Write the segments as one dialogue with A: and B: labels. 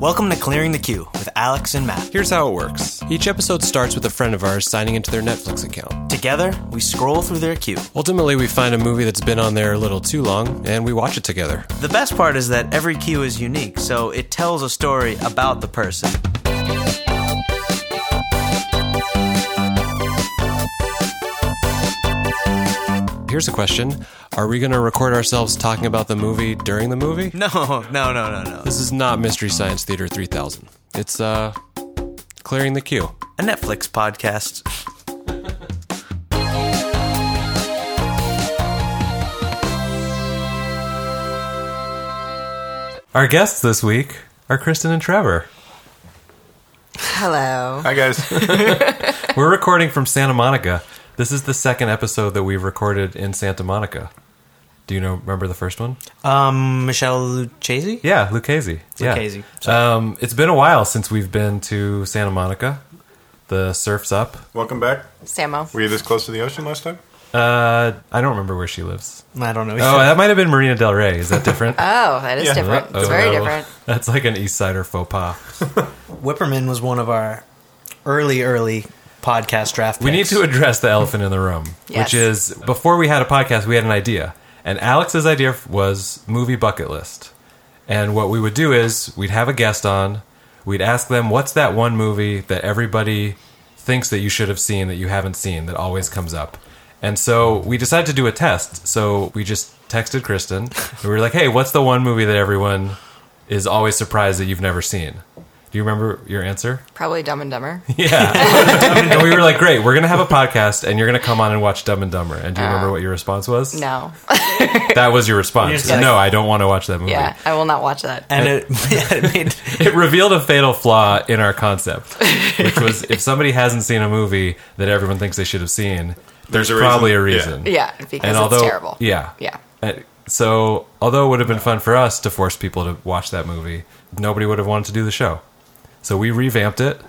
A: Welcome to Clearing the Queue with Alex and Matt.
B: Here's how it works each episode starts with a friend of ours signing into their Netflix account.
A: Together, we scroll through their queue.
B: Ultimately, we find a movie that's been on there a little too long and we watch it together.
A: The best part is that every queue is unique, so it tells a story about the person.
B: Here's a question Are we going to record ourselves talking about the movie during the movie?
A: No, no, no, no, no.
B: This is not Mystery Science Theater 3000. It's, uh, clearing the queue.
A: A Netflix podcast.
B: Our guests this week are Kristen and Trevor.
C: Hello.
D: Hi guys.
B: We're recording from Santa Monica. This is the second episode that we've recorded in Santa Monica. Do you know remember the first one?
A: Um, Michelle Lucchesi?
B: Yeah, Lucchese. Yeah.
A: Lucchese.
B: Um, it's been a while since we've been to Santa Monica. The surf's up.
D: Welcome back.
C: Samo.
D: Were you this close to the ocean last time?
B: Uh, I don't remember where she lives.
A: I don't know.
B: Oh, that might have been Marina Del Rey. Is that different?
C: Oh, that is
D: Yeah.
C: different. It's very
B: Uh-oh.
C: different.
B: That's like an East Sider faux pas.
A: Whipperman was one of our early, early podcast draft
B: We need to address the elephant in the room,
C: Yes.
B: which is before we had a podcast, we had an idea. And Alex's idea was movie bucket list. And what we would do is we'd have a guest on, we'd ask them, what's that one movie that everybody thinks that you should have seen that you haven't seen that always comes up? And so we decided to do a test. So we just texted Kristen and we were like, hey, what's the one movie that everyone is always surprised that you've never seen? Do you remember your answer?
C: Probably Dumb and Dumber.
B: Yeah. and we were like, great, we're going to have a podcast and you're going to come on and watch Dumb and Dumber. And do you remember what your response was?
C: Ah. No.
B: That was your
A: You're
B: response.
A: just like-
B: no, I don't want to watch that movie.
C: Yeah, I will not watch that.
A: And it, yeah, it made,
B: It revealed a fatal flaw in our concept, which was if somebody hasn't seen a movie that everyone thinks they should have seen, there's,
D: There's a reason.
B: probably a
D: Yeah.
B: reason.
C: Yeah, because
B: and although,
C: it's terrible.
B: Yeah.
C: Yeah.
B: And so, although it would have been fun for us to force people to watch that movie, nobody would have wanted to do the show. So we revamped it.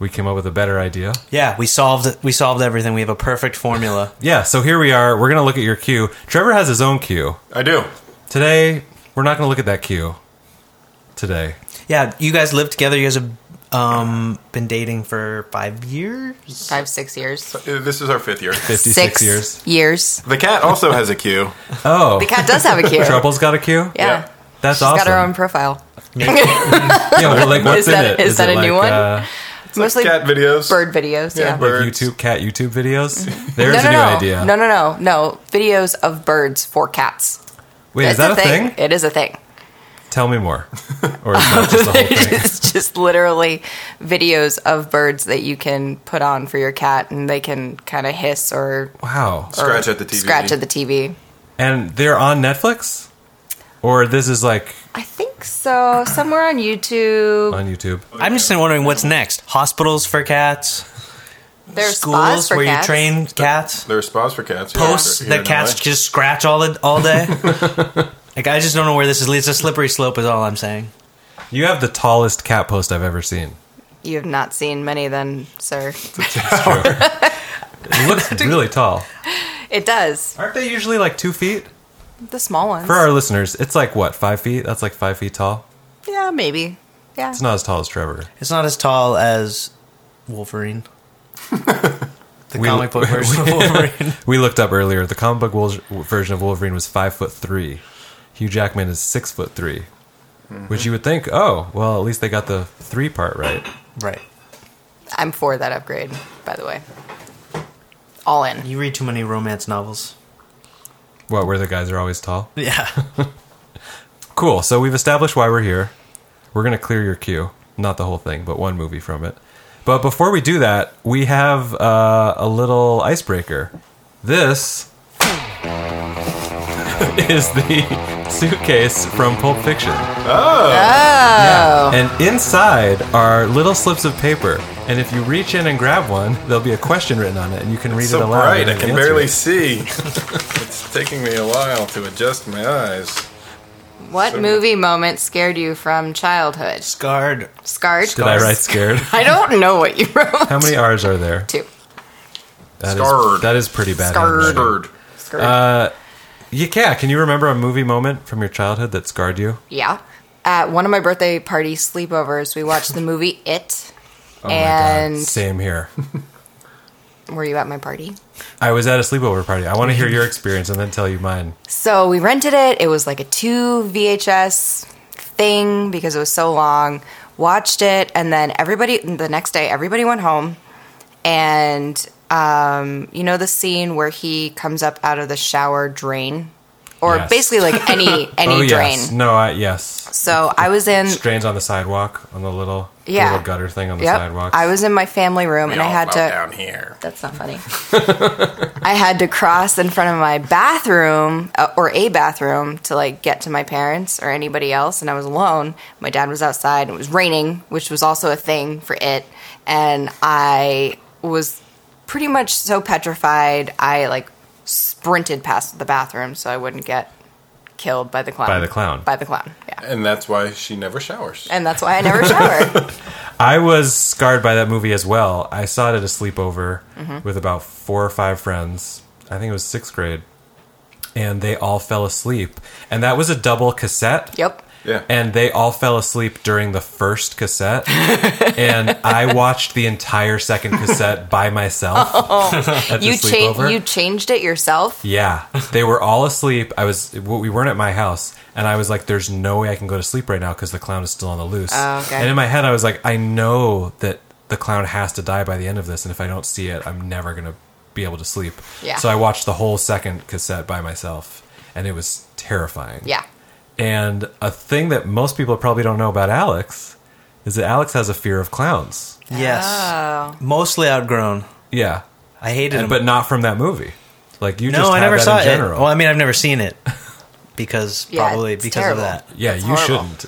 B: We came up with a better idea.
A: yeah, we solved we solved everything. We have a perfect formula.
B: Yeah, so here we are. We're going to look at your queue. Trevor has his own queue.
D: I do.
B: Today, we're not going to look at that queue. Today.
A: Yeah, you guys live together. You guys have um, been dating for five years.
C: Five, six years.
D: Uh, This is our fifth year.
B: 56 years.
C: years.
D: The cat also has a queue.
B: Oh.
C: The cat does have a cue.
B: Trouble's got a queue?
C: Yeah.
B: That's
C: she's
B: awesome.
C: got her own profile.
B: Yeah, well, like, what's
C: Is that-
B: in it?
C: is that
B: it
C: a new
B: like,
C: one?
B: Uh,
C: Mostly
D: Cat videos.
C: bird videos. Yeah.
D: Yeah,
B: like
D: bird. Birds.
B: YouTube, cat YouTube videos? There's
C: No,
B: a
C: no,
B: new
C: no.
B: idea.
C: No, no, no. No. Videos of birds for cats.
B: Wait, is
C: It's
B: that a thing?
C: It is a thing.
B: Tell me more. Or is that just a whole thing?
C: it's just literally videos of birds that you can put on for your cat and they can kind of hiss or
B: Wow.
D: Scratch at the TV.
C: Scratch at the TV.
B: And they're on Netflix? Or this is like
C: I think so. Somewhere on YouTube.
B: on YouTube?
A: I'm just wondering what's next. Hospitals for cats.
C: There's
A: schools
C: spas for
A: where
C: cats.
A: you train cats.
D: There are spas for cats. here-
A: Posts
D: here
A: that
D: in
A: cats
D: LA.
A: just scratch all the, all day. like I just don't know where this is. It's a slippery slope, is all I'm saying.
B: You have the tallest cat post I've ever seen.
C: You have not seen many then, sir.
B: It looks really tall.
C: It does.
B: Aren't they usually like two feet?
C: The small ones.
B: For our listeners, it's like what, five feet? That's like five feet tall.
C: yeah, maybe. Yeah.
B: It's not as tall as Trevor.
A: It's not as tall as Wolverine. the
B: We-
A: comic book version
B: we-
A: of Wolverine.
B: We looked up earlier. The comic book wol- version of Wolverine was five foot three. Hugh Jackman is six foot 3 Which you would think, oh, well, at least they got the three part right.
A: right.
C: I'm for that upgrade, by the way. All in.
A: You read too many romance novels.
B: What, where the guys are always tall?
A: Yeah.
B: Cool. So we've established why we're here. We're going to clear your queue. Not the whole thing, but one movie from it. But before we do that, we have uh, a little icebreaker. This is the suitcase from Pulp Fiction.
C: Oh.
B: And inside are little slips of paper. And if you reach in and grab one, there'll be a question written on it, and you can read it
D: so
B: aloud.
D: bright.
B: and
D: I can
B: answer
D: barely
B: it.
D: see. it's taking me a while to adjust my eyes.
C: What movie moment scared you from childhood?
A: Scarred.
C: Scarred?
B: Did I write scared?
C: I don't know what you wrote.
B: How many R's are there?
C: Two.
B: That is-
D: Scarred.
B: that is pretty bad.
C: Scarred.
B: handwriting.
D: Bird.
C: Scarred.
B: Uh, Yeah, can you remember a movie moment from your childhood that scarred you?
C: yeah. at one of my birthday party sleepovers, we watched the movie It.
B: Oh my
C: and
B: God. Same here.
C: were you at my party?
B: I was at a sleepover party. I want to hear your experience and then tell you mine.
C: So we rented it. It was like a two VHS thing because it was so long. Watched it, and then everybody the next day everybody went home, and um, you know the scene where he comes up out of the shower drain, or
B: Yes.
C: basically like any any
B: oh
C: drain.
B: yes, no, I yes.
C: So I was in
B: Strains on the sidewalk on the little the
C: Yeah.
B: little gutter thing on the
C: yep,
B: sidewalk.
C: I was in my family room,
D: We
C: and I
D: all
C: had
D: fell
C: to.
D: down here.
C: That's not funny. I had to cross in front of my bathroom uh, or a bathroom to like get to my parents or anybody else, and I was alone. My dad was outside. and It was raining, which was also a thing for it, and I was pretty much so petrified. I like sprinted past the bathroom so I wouldn't get killed by the clown.
B: By the clown.
C: By the clown. Yeah.
D: And that's why she never showers.
C: And that's why I never showered.
B: I was scarred by that movie as well. I saw it at a sleepover
C: Mm-hmm.
B: with about four or five friends. I think it was sixth grade. And they all fell asleep. And that was a double cassette.
C: yep.
D: Yeah.
B: And they all fell asleep during the first cassette. and I watched the entire second cassette by myself. at the
C: Oh, You
B: sleepover.
C: cha- you changed it yourself.
B: Yeah, they were all asleep. I was well, we weren't at my house, and I was like, "There's no way I can go to sleep right now because the clown is still on the loose."
C: Oh, okay.
B: And in my head, I was like, "I know that the clown has to die by the end of this, and if I don't see it, I'm never gonna be able to sleep."
C: Yeah.
B: So I watched the whole second cassette by myself, and it was terrifying.
C: Yeah.
B: And a thing that most people probably don't know about Alex is that Alex has a fear of clowns.
A: Yes.
C: Oh.
A: Mostly outgrown.
B: Yeah,
A: I hated him.
B: but not from that movie. Like you
A: no,
B: just
A: I
B: have
A: never
B: that
A: saw
B: in
A: it.
B: general.
A: Well, I mean, I've never seen it because
C: Yeah,
A: probably
C: it's
A: because
C: terrible.
A: of that.
B: yeah,
C: It's
B: you
C: horrible.
B: shouldn't.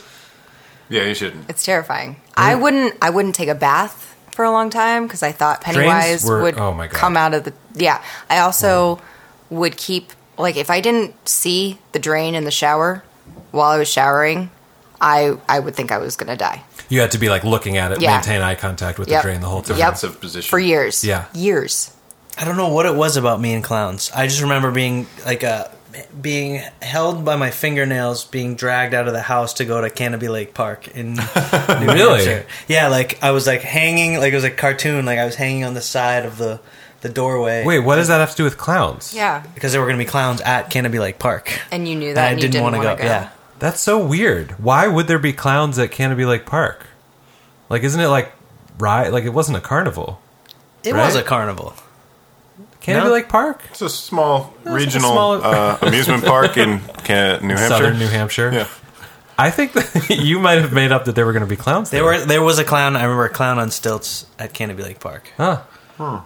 D: Yeah, you shouldn't.
C: It's terrifying. I wouldn't. I wouldn't take a bath for a long time because I thought Pennywise
B: were-
C: would
B: oh my God.
C: come out of the. Yeah, I also would keep like if I didn't see the drain in the shower while I was showering, I I would think I was gonna die
B: You had to be like looking at it,
C: Yeah.
B: maintain eye contact with
C: Yep.
B: the drain the whole time.
C: Yep.
D: Defensive position.
C: for years.
B: Yeah.
C: years.
A: I don't know what it was about me and clowns. I just remember being like uh being held by my fingernails, being dragged out of the house to go to Canopy Lake Park in New
B: Really?
A: Hampshire. Yeah, like I was like hanging, like it was a cartoon, like I was hanging on the side of the the doorway.
B: Wait, what does that have to do with clowns?
C: Yeah,
A: because there were going to be clowns at Canopy Lake Park,
C: and you knew
A: and
C: that.
A: I
C: and you
A: didn't, want to go.
C: wanna
A: Yeah,
B: That's so weird. Why would there be clowns at Canopy Lake Park? Like, isn't it like right? Like, it wasn't a carnival.
A: it
B: Right?
A: was a carnival.
B: Canopy
A: No.
B: Lake Park,
D: It's a small regional
B: small-
D: uh, amusement park in Can- New Hampshire.
B: southern New Hampshire.
D: Yeah.
B: I think that you might have made up that there were going to be clowns.
A: There were there was a clown. I remember a clown on stilts at Canopy Lake Park.
B: Huh.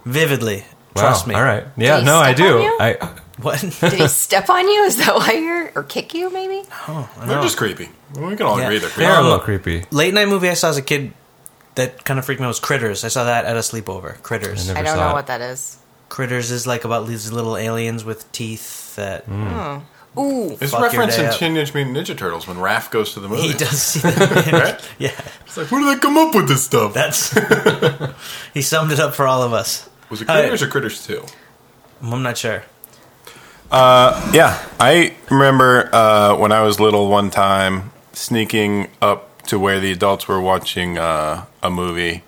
A: Vividly,
B: Wow.
A: trust me.
B: All right. Yeah.
C: he
B: No, I
C: step on
B: do.
C: you?
B: I
A: What?
C: Did he step on you? Is that why you're or kick you? Maybe.
D: They're just creepy. We can all
A: Yeah.
D: agree they're
B: they
D: creepy.
B: are a
A: Um,
B: little creepy.
A: late night movie I saw as a kid that kind of freaked me out was Critters. I saw that at a sleepover. Critters.
B: I
C: I
B: never
C: don't
B: saw
C: know
B: it.
C: what that is.
A: Critters is like about these little aliens with teeth that
B: Mm.
C: Ooh,
A: Fuck
D: It's
A: your
D: referenced
A: day
D: in
A: up.
D: Teenage Mutant Ninja Turtles when Raph goes to the movie.
A: he does see. Them.
D: Right?
A: yeah,
D: It's like, where do they come up with this stuff?
A: that's he summed it up for all of us.
D: was it
A: Hi.
D: Critters or Critters 2?
A: I'm not sure.
D: Yeah, I remember uh, when I was little one time sneaking up to where the adults were watching uh, a movie,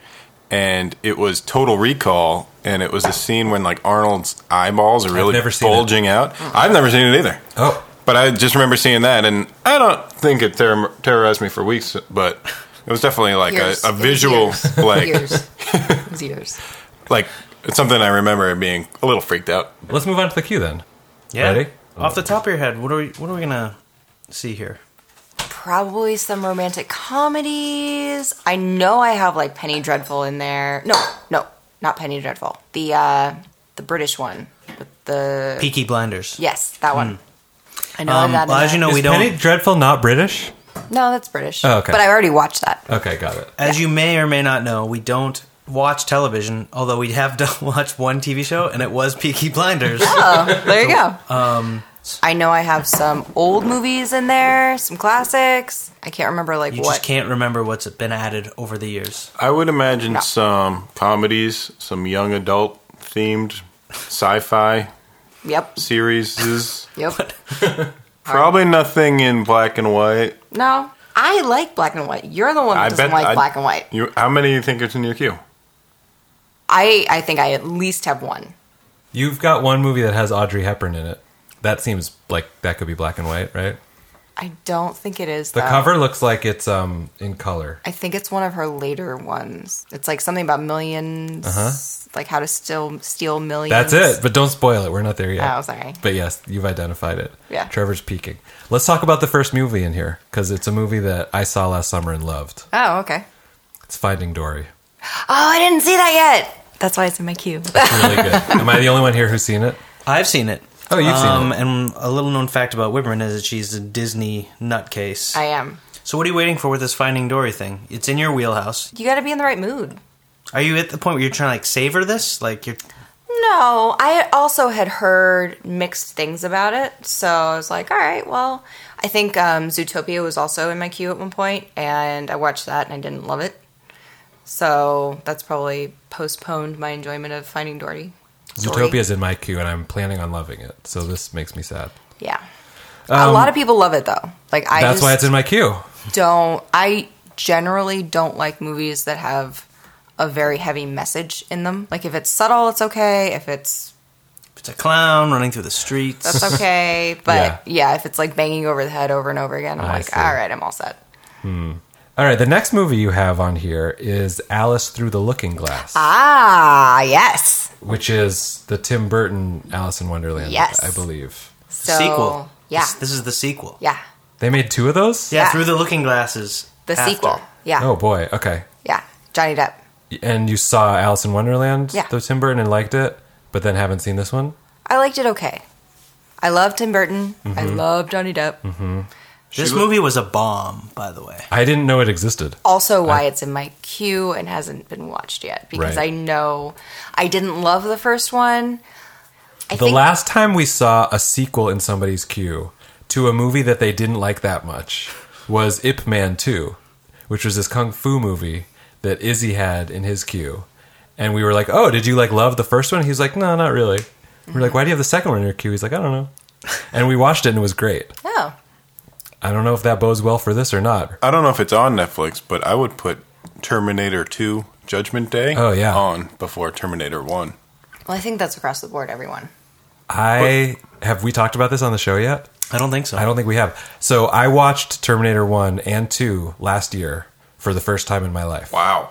D: and it was Total Recall, and it was the scene when like Arnold's eyeballs are really
B: never seen it.
D: bulging out. I've never seen it either.
B: Oh,
D: But I just remember seeing that, and I don't think it terror- terrorized me for weeks, but it was definitely like a,
C: Years.
D: a
C: It was
D: visual,
C: years.
D: like,
C: years. It was years.
D: like it's something I remember being a little freaked out.
B: let's move on to the queue then.
A: Yeah.
B: Ready?
A: Off the top of your head, what are we? What are we gonna see here?
C: probably some romantic comedies. I know I have like Penny Dreadful in there. No, no, not Penny Dreadful. The uh the British one with the
A: Peaky Blinders.
C: yes, that one. Hmm. I know
A: Um,
C: that. in
A: well, as
C: there.
A: you know,
B: Is
A: we don't.
B: Penny Dreadful not British?
C: no, that's British.
B: Oh, okay.
C: But I already watched that.
B: Okay, got it.
A: As you may or may not know, we don't watch television. Although we have done watch one TV show, and it was Peaky Blinders.
C: Oh, there you go. Um, I know I have some old movies in there, some classics. I can't remember like
A: You
C: what.
A: just can't remember what's been added over the years.
D: I would imagine some comedies, some young adult themed sci-fi
C: Yep,
D: series.
C: yep.
D: Probably nothing in black and white.
C: No, I like black and white. You're the one that
D: I
C: doesn't
D: bet
C: like
D: I-
C: black and white.
D: You, how many do you think it's in your queue?
C: I, I think I at least have one.
B: You've got one movie that has Audrey Hepburn in it. That seems like that could be black and white, right?
C: I don't think it is
B: The
C: though.
B: cover looks like it's um in color.
C: I think it's one of her later ones. It's like something about 1000000s like how to still steal millions.
B: Uh-huh. That's it, but don't spoil it. We're not there yet.
C: Oh, sorry.
B: But yes, you've identified it.
C: Yeah.
B: Trevor's peeking. Let's talk about the first movie in here because it's a movie that I saw last summer and loved.
C: Oh, okay.
B: It's Finding Dory.
C: Oh, I didn't see that yet. That's why it's in my queue.
B: It's really good. Am I the only one here who's seen it?
A: I've seen it.
B: Oh, you've seen
A: um,
B: it.
A: And a little known fact about Whitman is that she's a Disney nutcase.
C: I am.
A: so what are you waiting for with this Finding Dory thing? It's in your wheelhouse.
C: You got to be in the right mood.
A: Are you at the point where you're trying to like savor this? Like you're
C: No, I also had heard mixed things about it, so I was like, all right, well, I think um, Zootopia was also in my queue at one point, and I watched that and I didn't love it. So that's probably postponed my enjoyment of Finding Dory. Dory.
B: Zootopia is in my queue, and I'm planning on loving it. So this makes me sad.
C: Yeah. a lot of people love it though. Like I
B: Um, That's
C: just
B: why it's in my queue.
C: don't I generally don't like movies that have a very heavy message in them. Like if it's subtle, it's okay. If it's
A: it's a clown running through the streets.
C: that's okay. But yeah. if it's like banging over the head over and over again, I'm
B: I
C: like,
B: see.
C: all right, I'm all set.
B: All right, the next movie you have on here is Alice Through the Looking Glass,
C: Ah, yes.
B: which is the Tim Burton Alice in Wonderland,
C: Yes.
B: I believe.
C: So
A: sequel.
C: yeah,
A: This, this is the sequel.
C: yeah,
B: They made two of those?
A: Yeah,
C: Yeah.
A: through the looking glasses.
C: the
A: after.
C: sequel. Yeah,
B: Oh boy. Okay.
C: yeah. Johnny Depp.
B: And you saw Alice in Wonderland,
C: Yeah.
B: the Tim Burton, and liked it, but then haven't seen this one?
C: I liked it okay. I love Tim Burton. I
B: Mm-hmm.
C: love Johnny Depp.
A: This movie was a bomb, by the way.
B: I didn't know it existed.
C: also why it's in my queue and hasn't been watched yet because
B: Right.
C: I know I didn't love the first one. I
B: The last time we saw a sequel in somebody's queue to a movie that they didn't like that much was Ip Man 2, which was this kung fu movie that Izzy had in his queue. And we were like, "Oh, did you like love the first one?" He was like, "No, not really." We We're like, "Why do you have the second one in your queue?" He's like, "I don't know." And we watched it and it was great.
C: no,
B: I don't know if that bodes well for this or not.
D: I don't know if it's on Netflix, but I would put Terminator 2 Judgment Day
B: Oh, yeah.
D: on before Terminator 1.
C: well, I think that's across the board. Everyone,
B: I have we talked about this on the show yet?
A: I don't think so.
B: I don't think we have. So I watched Terminator 1 and 2 last year for the first time in my life.
D: Wow.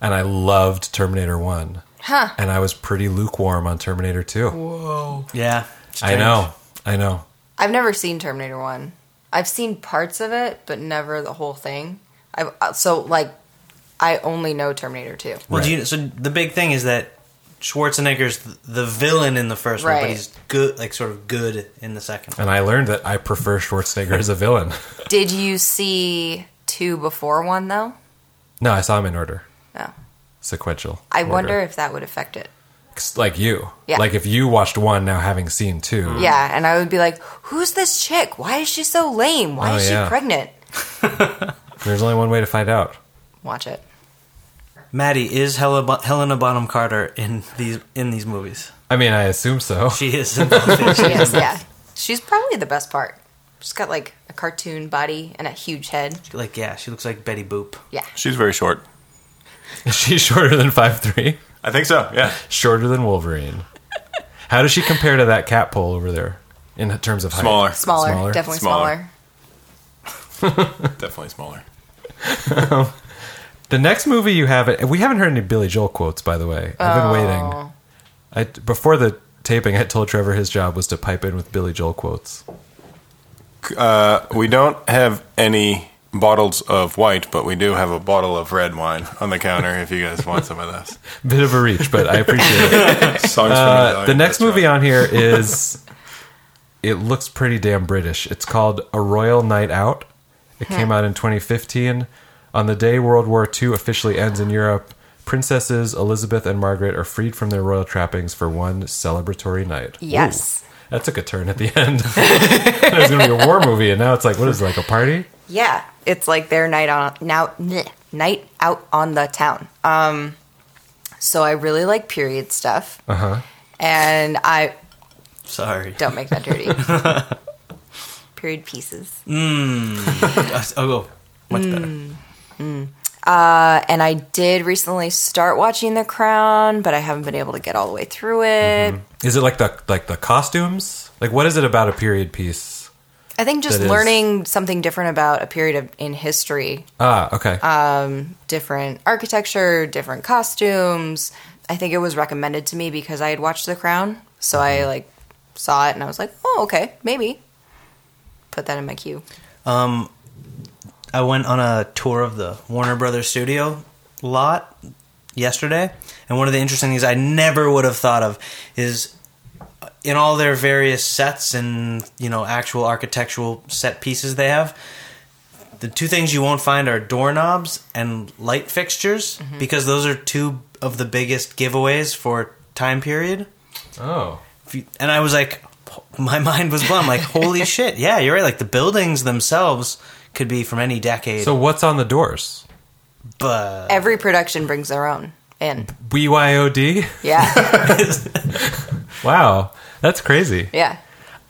B: And I loved Terminator 1.
C: Huh.
B: And I was pretty lukewarm on Terminator 2.
A: Yeah.
B: I know. I know.
C: I've never seen Terminator One. I've seen parts of it, but never the whole thing. I've uh, so like I only know Terminator Two.
A: Well, do
B: Right.
A: you, so the big thing is that Schwarzenegger's th- the villain in the first one, but
C: Right.
A: he's good, like sort of good in the second. one.
B: And I learned that I prefer Schwarzenegger as a villain.
C: Did you see two before one though?
B: No, I saw him in order.
C: No.
B: Sequential.
C: Oh. I
B: order.
C: wonder if that would affect it.
B: like you.
C: Yeah.
B: Like if you watched 1 now having seen 2.
C: Yeah, and I would be like, "Who's this chick? Why is she so lame? Why
B: Oh,
C: is she
B: yeah.
C: pregnant?"
B: There's only one way to find out.
C: Watch it.
A: Maddie is Hela, Bo- Helena Bonham Carter in these in these movies.
B: I mean, I assume so.
A: She is. In both these.
C: She is, yeah. She's probably the best part. She's got like a cartoon body and a huge head.
A: like yeah, she looks like Betty Boop.
C: Yeah.
D: She's very short.
B: She's shorter than five three.
D: I think so, yeah.
B: shorter than Wolverine. How does she compare to that cat pole over there in terms of height?
D: Smaller.
C: Smaller,
B: Smaller?
C: definitely
D: Smaller.
C: smaller.
D: Definitely smaller.
B: The next movie you haven't we haven't heard any Billy Joel quotes by the way. I've been waiting. I before the taping I told Trevor his job was to pipe in with Billy Joel quotes.
D: Uh, we don't have any bottles of white, but we do have a bottle of red wine on the counter if you guys want some of this.
B: Bit of a reach, but I appreciate it.
D: Songs
B: Uh, the next movie on here is it looks pretty damn British. It's called A Royal Night Out. It came out in 2015. On the day World War II officially ends in Europe, princesses Elizabeth and Margaret are freed from their royal trappings for one celebratory night.
C: Yes.
B: Ooh, that took a turn at the end. it was going to be a war movie, and now it's like, what is it, like a party?
C: Yeah. It's like their night on now bleh, night out on the town. Um so I really like period stuff. Uh-huh. And I
A: Sorry.
C: don't make that dirty. period pieces.
A: Uh, oh,
B: Much better.
C: Uh, and I did recently start watching The Crown, but I haven't been able to get all the way through it.
B: Is it like the like the costumes? Like what is it about a period piece?
C: I think just
B: That is-
C: learning something different about a period of, in history
B: Ah, okay.
C: different architecture, different costumes. I think it was recommended to me because I had watched The Crown, so I
B: Mm-hmm.
C: like saw it and I was like, "Oh, okay, maybe." Put that in my queue.
A: Um, I went on a tour of the Warner Brothers studio lot yesterday, and one of the interesting things I never would have thought of is uh, in all their various sets and you know actual architectural set pieces they have. The two things you won't find are doorknobs and light fixtures because those are two of the biggest giveaways for time period.
B: oh.
A: If you- and I was like, my mind was blown. Like, holy shit! Yeah, you're right. Like the buildings themselves could be from any decade.
B: So what's on the doors?
A: but
C: Every production brings their own in.
B: BYOD?
C: Yeah,
B: Wow. That's crazy.
C: yeah.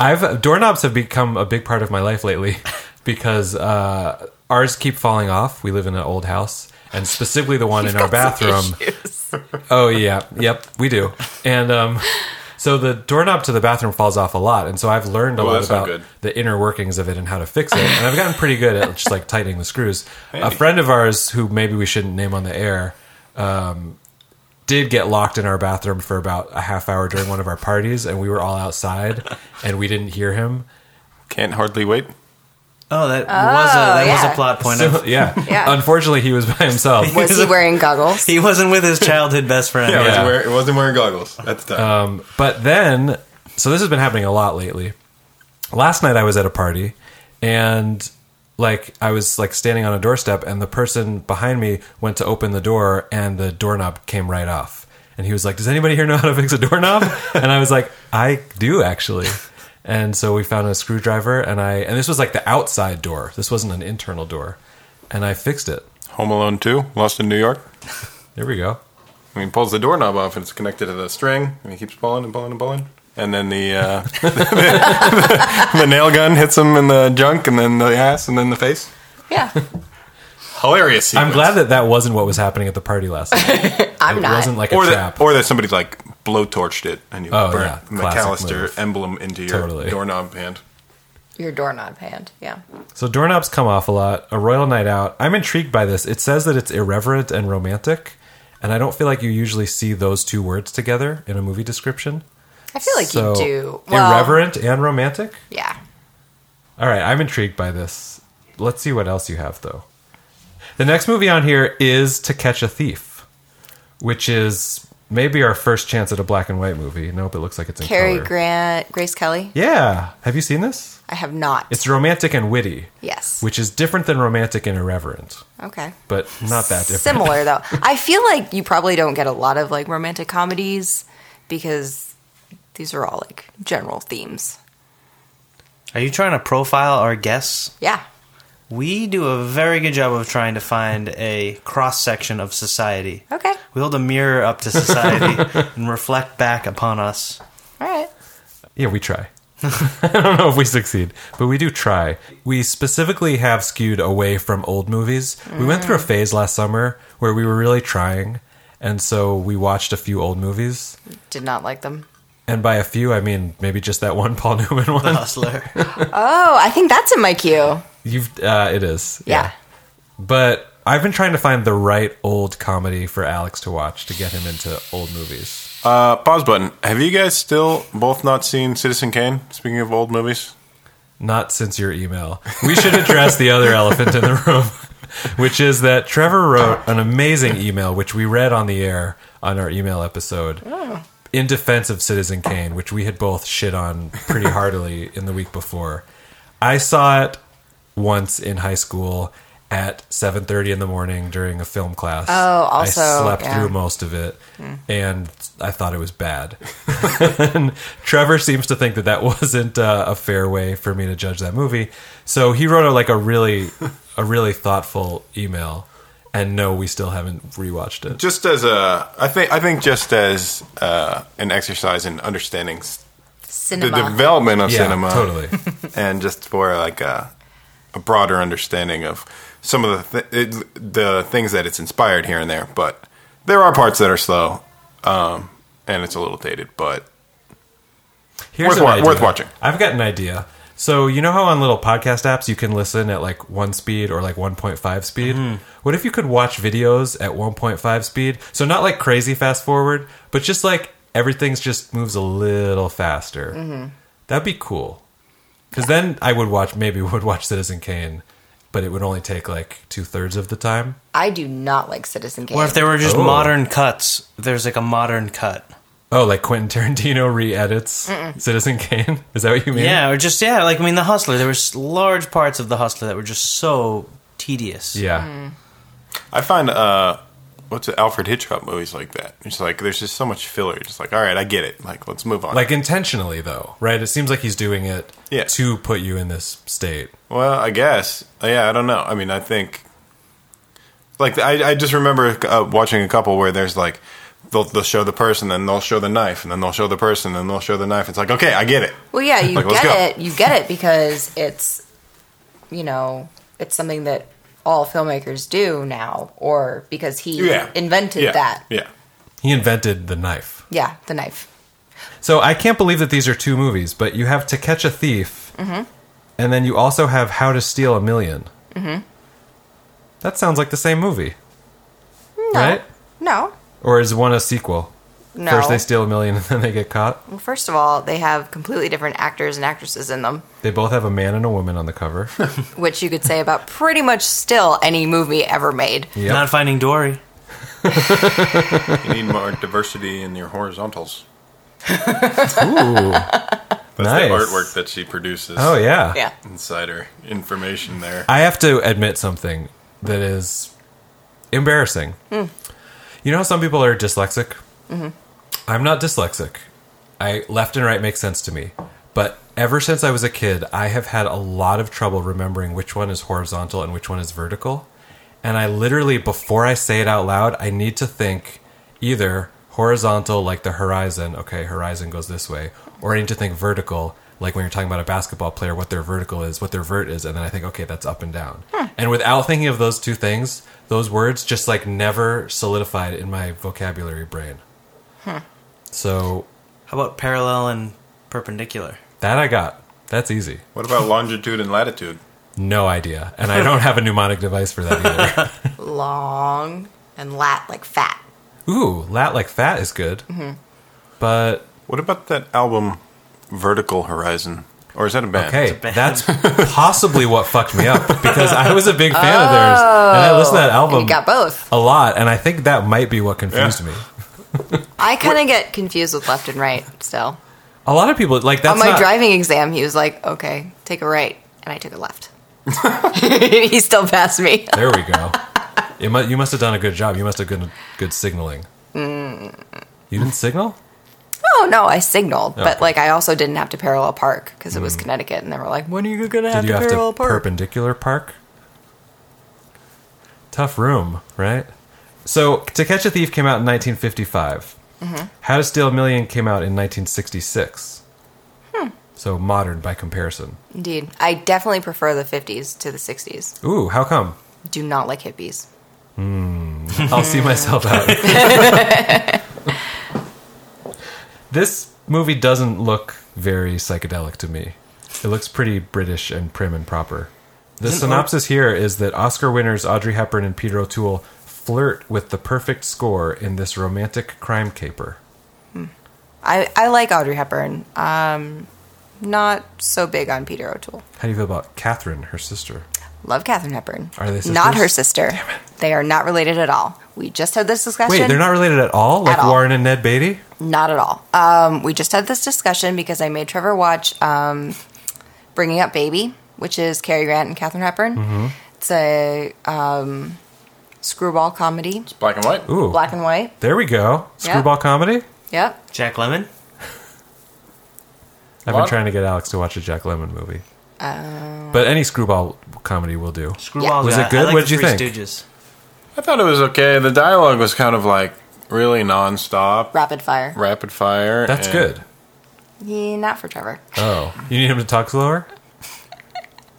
B: I've doorknobs have become a big part of my life lately because uh, ours keep falling off. We live in an old house, and specifically the one in our bathroom. Oh yeah, yep, we do. And um, so the doorknob to the bathroom falls off a lot, and so I've learned a
D: Well,
B: lot
D: Oh, that's not
B: about
D: good.
B: the inner workings of it and how to fix it. And I've gotten pretty good at just like tightening the screws. A friend of ours who maybe we shouldn't name on the air. Um, did get locked in our bathroom for about a half hour during one of our parties, and we were all outside, and we didn't hear him.
D: Can't hardly wait.
A: Oh, that was a that was
C: yeah.
A: a plot point.
B: So, yeah.
C: Yeah.
B: Unfortunately, he was by himself.
C: Was he wearing goggles?
A: he wasn't with his childhood best friend.
D: Yeah,
B: Yeah. Uh,
D: It, wasn't wearing, it wasn't wearing goggles at the time.
B: But then, so this has been happening a lot lately. Last night I was at a party and like I was like standing on a doorstep and the person behind me went to open the door and the doorknob came right off. And he was like, "Does anybody here know how to fix a doorknob?" and I was like, "I do actually." And so we found a screwdriver and I and this was like the outside door. This wasn't an internal door. And I fixed it.
D: Home Alone 2, Lost in New York.
B: There we go.
D: And he pulls the doorknob off and it's connected to the string and he keeps pulling and pulling and pulling. And then the, uh, the, nail gun hits him in the junk and then the ass and then the face.
C: Yeah,
D: Hilarious.
B: I'm
D: sequence.
B: glad that that wasn't what was happening at the party last night.
C: I'm
B: it
C: not.
B: wasn't like a
D: or
B: trap.
D: that, or that somebody like blowtorched it and you
B: Oh,
D: burnt
B: yeah. Classic move.
D: McAllister emblem into your
B: Totally.
D: doorknob hand.
C: Your doorknob hand. Yeah.
B: So doorknobs come off a lot. A royal night out. I'm intrigued by this. It says that it's irreverent and romantic, and I don't feel like you usually see those two words together in a movie description.
C: I feel like
B: So,
C: you do. Well,
B: Irreverent and romantic.
C: Yeah.
B: All right, I'm intrigued by this. Let's see what else you have though. The next movie on here is To Catch a Thief, which is maybe our first chance at a black and white movie. Nope, it looks like it's in
C: Cary
B: color.
C: Grant, Grace Kelly.
B: yeah, have you seen this?
C: I have not.
B: It's romantic and witty,
C: yes.
B: which is different than romantic and irreverent,
C: okay.
B: but not that different.
C: Similar though. I feel like you probably don't get a lot of like romantic comedies because these are all like general themes.
A: Are you trying to profile our guests?
C: Yeah.
A: We do a very good job of trying to find a cross section of society.
C: Okay.
A: We hold a mirror up to society and reflect back upon us.
C: All right.
B: Yeah, we try. I don't know if we succeed, but we do try. We specifically have skewed away from old movies. We went
C: Mm.
B: through a phase last summer where we were really trying, and so we watched a few old movies.
C: Did not like them.
B: And by a few, I mean maybe just that one Paul Newman one.
A: The
C: Uh-huh.
A: hustler.
C: Oh, I think that's in my queue.
B: You've uh, it is
C: Yeah.
B: But I've been trying to find the right old comedy for Alex to watch to get him into old movies.
D: Uh, pause button. Have you guys still both not seen Citizen Kane? Speaking of old movies,
B: Not since your email. We should address the other elephant in the room, which is that Trevor wrote an amazing email, which we read on the air on our email episode,
C: Oh.
B: in defense of Citizen Kane, which we had both shit on pretty heartily in the week before. I saw it once in high school at 7.30 in the morning during a film class
C: Oh,
B: i
C: also,
B: slept
C: yeah. Hmm.
B: through most of it and i thought it was bad and Trevor seems to think that that wasn't uh, a fair way for me to judge that movie. So he wrote a, like a really, a really thoughtful email. And no, we still haven't rewatched it.
D: just as a, I think I think just as uh, an exercise in understanding s- the
C: Cinema.
D: development of
B: Yeah,
D: cinema,
B: totally.
D: and just for like a, a broader understanding of some of the th- it, the things that it's inspired here and there. But there are parts that are slow, um, and it's a little dated, but
B: Here's
D: Worth
B: an
D: wa-
B: idea.
D: worth watching.
B: I've got an idea. So you know how on little podcast apps you can listen at like one speed or like 1.5 speed.
D: Mm-hmm.
B: What if you could watch videos at 1.5 speed? So not like crazy fast forward, but just like everything's just moves a little faster.
D: Mm-hmm.
B: That'd be cool. Because then I would watch maybe would watch Citizen Kane, but it would only take like two thirds of the time.
C: I do not like Citizen Kane.
A: Or if there were just
B: Oh.
A: modern cuts, if there's like a modern cut.
B: Oh, like Quentin Tarantino re-edits Citizen Kane. Is that what you mean?
A: Yeah, or just yeah, like I mean, the Hustler. There was large parts of the Hustler that were just so tedious.
B: Yeah.
D: Mm. I find uh, what's it, Alfred Hitchcock movies like that. It's like there's just so much filler. Just like all right, I get it. Like let's move on.
B: like intentionally though right it seems like he's doing it
D: Yeah.
B: to put you in this state
D: Well, I guess. Yeah, I don't know. I mean, I think. Like, I, I just remember uh, watching a couple where there's like, they'll, they'll show the person, then they'll show the knife, and then they'll show the person, and they'll show the knife. It's like, okay, I get it.
C: Well, yeah, you
D: Like, let's go.
C: get it. You get it because it's, you know, it's something that all filmmakers do now, or because he
D: Yeah.
C: invented
D: yeah.
C: that.
D: Yeah.
B: he invented the knife
C: Yeah, the knife.
B: so i can't believe that these are two movies but you have to catch a thief and then you also have how to steal a 1000000 mm-hmm. that sounds like the same movie
C: No,
B: right
C: no,
B: or is one a sequel
C: no.
B: first they steal a million and then they get caught
C: well, first of all, they have completely different actors and actresses in them,
B: they both have a man and a woman on the cover
C: which you could say about pretty much still any movie ever made.
B: Yep.
A: Not Finding Dory.
D: You need more diversity in your horizontals.
B: Ooh.
D: That's
B: Nice.
D: the artwork that she produces.
B: oh yeah
C: Yeah,
D: Insider information there.
B: I have to admit something that is embarrassing. You know how some people are dyslexic? I'm not dyslexic. I left and right makes sense to me. But ever since I was a kid, I have had a lot of trouble remembering which one is horizontal and which one is vertical. And I literally, before I say it out loud, I need to think either horizontal, like the horizon, okay, horizon goes this way, or I need to think vertical, like when you're talking about a basketball player, what their vertical is, what their vert is, and then I think, okay, that's up and down. And without thinking of those two things, those words just like never solidified in my vocabulary brain. So
A: How about parallel and perpendicular?
B: that I got. That's easy.
D: What about longitude and latitude?
B: No idea. And I don't have a mnemonic device for that either.
C: long and lat like fat.
B: Ooh, lat like fat is good.
C: Mm-hmm.
B: But
D: What about that album, Vertical Horizon? Or is that a band?
B: okay,
A: band.
B: that's possibly what fucked me up because I was a big fan of theirs and I listened to that
C: Oh. And
B: album
C: you got both.
B: a lot, and I think that might be what confused
D: Yeah.
B: me.
C: I kind of get confused with left and right still.
B: A lot of people like that's
C: on my
B: not-
C: driving exam, he was like, "Okay, take a right," and I took a left. he still passed me.
B: There we go. It mu- you must have done a good job. You must have good good signaling.
C: Mm.
B: You didn't signal?
C: Oh no, I signaled, but
B: Okay. Mm.
C: like I also didn't have to parallel park because it was Connecticut, and they were like, "When are you gonna have
B: Did you
C: to
B: have
C: parallel
B: to
C: park?"
B: perpendicular park? Tough room, right? So, To Catch a Thief came out in 1955. How to Steal a Million came out in 1966. So modern by comparison.
C: Indeed, I definitely prefer the '50s to the '60s.
B: Ooh, how come?
C: Do not like hippies.
B: I'll see myself out. this movie doesn't look very psychedelic to me. It looks pretty British and prim and proper. The synopsis here is that Oscar winners Audrey Hepburn and Peter O'Toole flirt with the perfect score in this romantic crime caper.
C: I I like Audrey Hepburn. Um, not so big on Peter O'Toole.
B: How do you feel about Catherine, her sister?
C: Love Catherine Hepburn.
B: Are they sisters?
C: Not her sister. They are not related at all. We just had this discussion.
B: Wait, they're not related at all? Like
C: At all.
B: Warren and Ned Beatty?
C: Not at all. Um, we just had this discussion because I made Trevor watch um, Bringing Up Baby, which is Cary Grant and Katherine Hepburn.
B: Mm-hmm.
C: It's a um, screwball comedy,
D: It's black and white.
B: Ooh.
C: black and white.
B: There we go.
C: Yeah.
B: Screwball comedy?
C: Yep.
A: Jack Lemon.
B: I've been
D: What? Oh.
B: trying to get Alex to watch a Jack Lemmon movie. but any screwball comedy will do.
A: Screwball.
B: Was
A: guy.
B: it good?
A: I like
B: What'd
A: the
B: you
A: Three
B: think?
A: Stooges.
D: I thought it was okay. The dialogue was kind of like really nonstop,
C: Rapid fire.
D: rapid fire.
B: That's
D: and-
B: good.
C: Yeah, not for Trevor.
B: Oh, you need him to talk slower?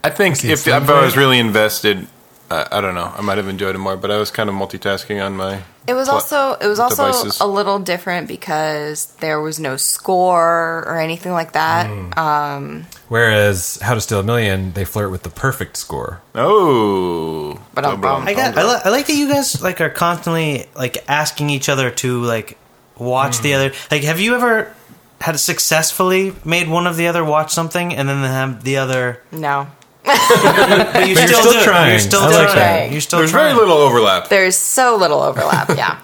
D: I think
B: it
D: if,
B: Sling
D: if I was
B: Blade?
D: really invested, I, I don't know. I might have enjoyed it more, but I was kind of multitasking on my.
C: It was
D: pla-
C: also it was also
D: devices.
C: a little different because there was no score or anything like that.
B: Mm.
C: Um,
B: Whereas How to Steal a Million, they flirt with the perfect score.
D: Oh,
C: But I'm
D: double
C: bummed.
A: I got.
D: entendre.
A: I, li- I like that you guys like are constantly like asking each other to like watch
B: Hmm.
A: the other. Like, have you ever had successfully made one of the other watch something and then have the other?
C: No,
A: But you
B: But you're still
A: do it.
B: trying.
A: You're still
B: I
A: trying.
B: like
C: that.
A: You're still
D: There's
A: trying.
D: very little overlap.
C: there's so little overlap. Yeah,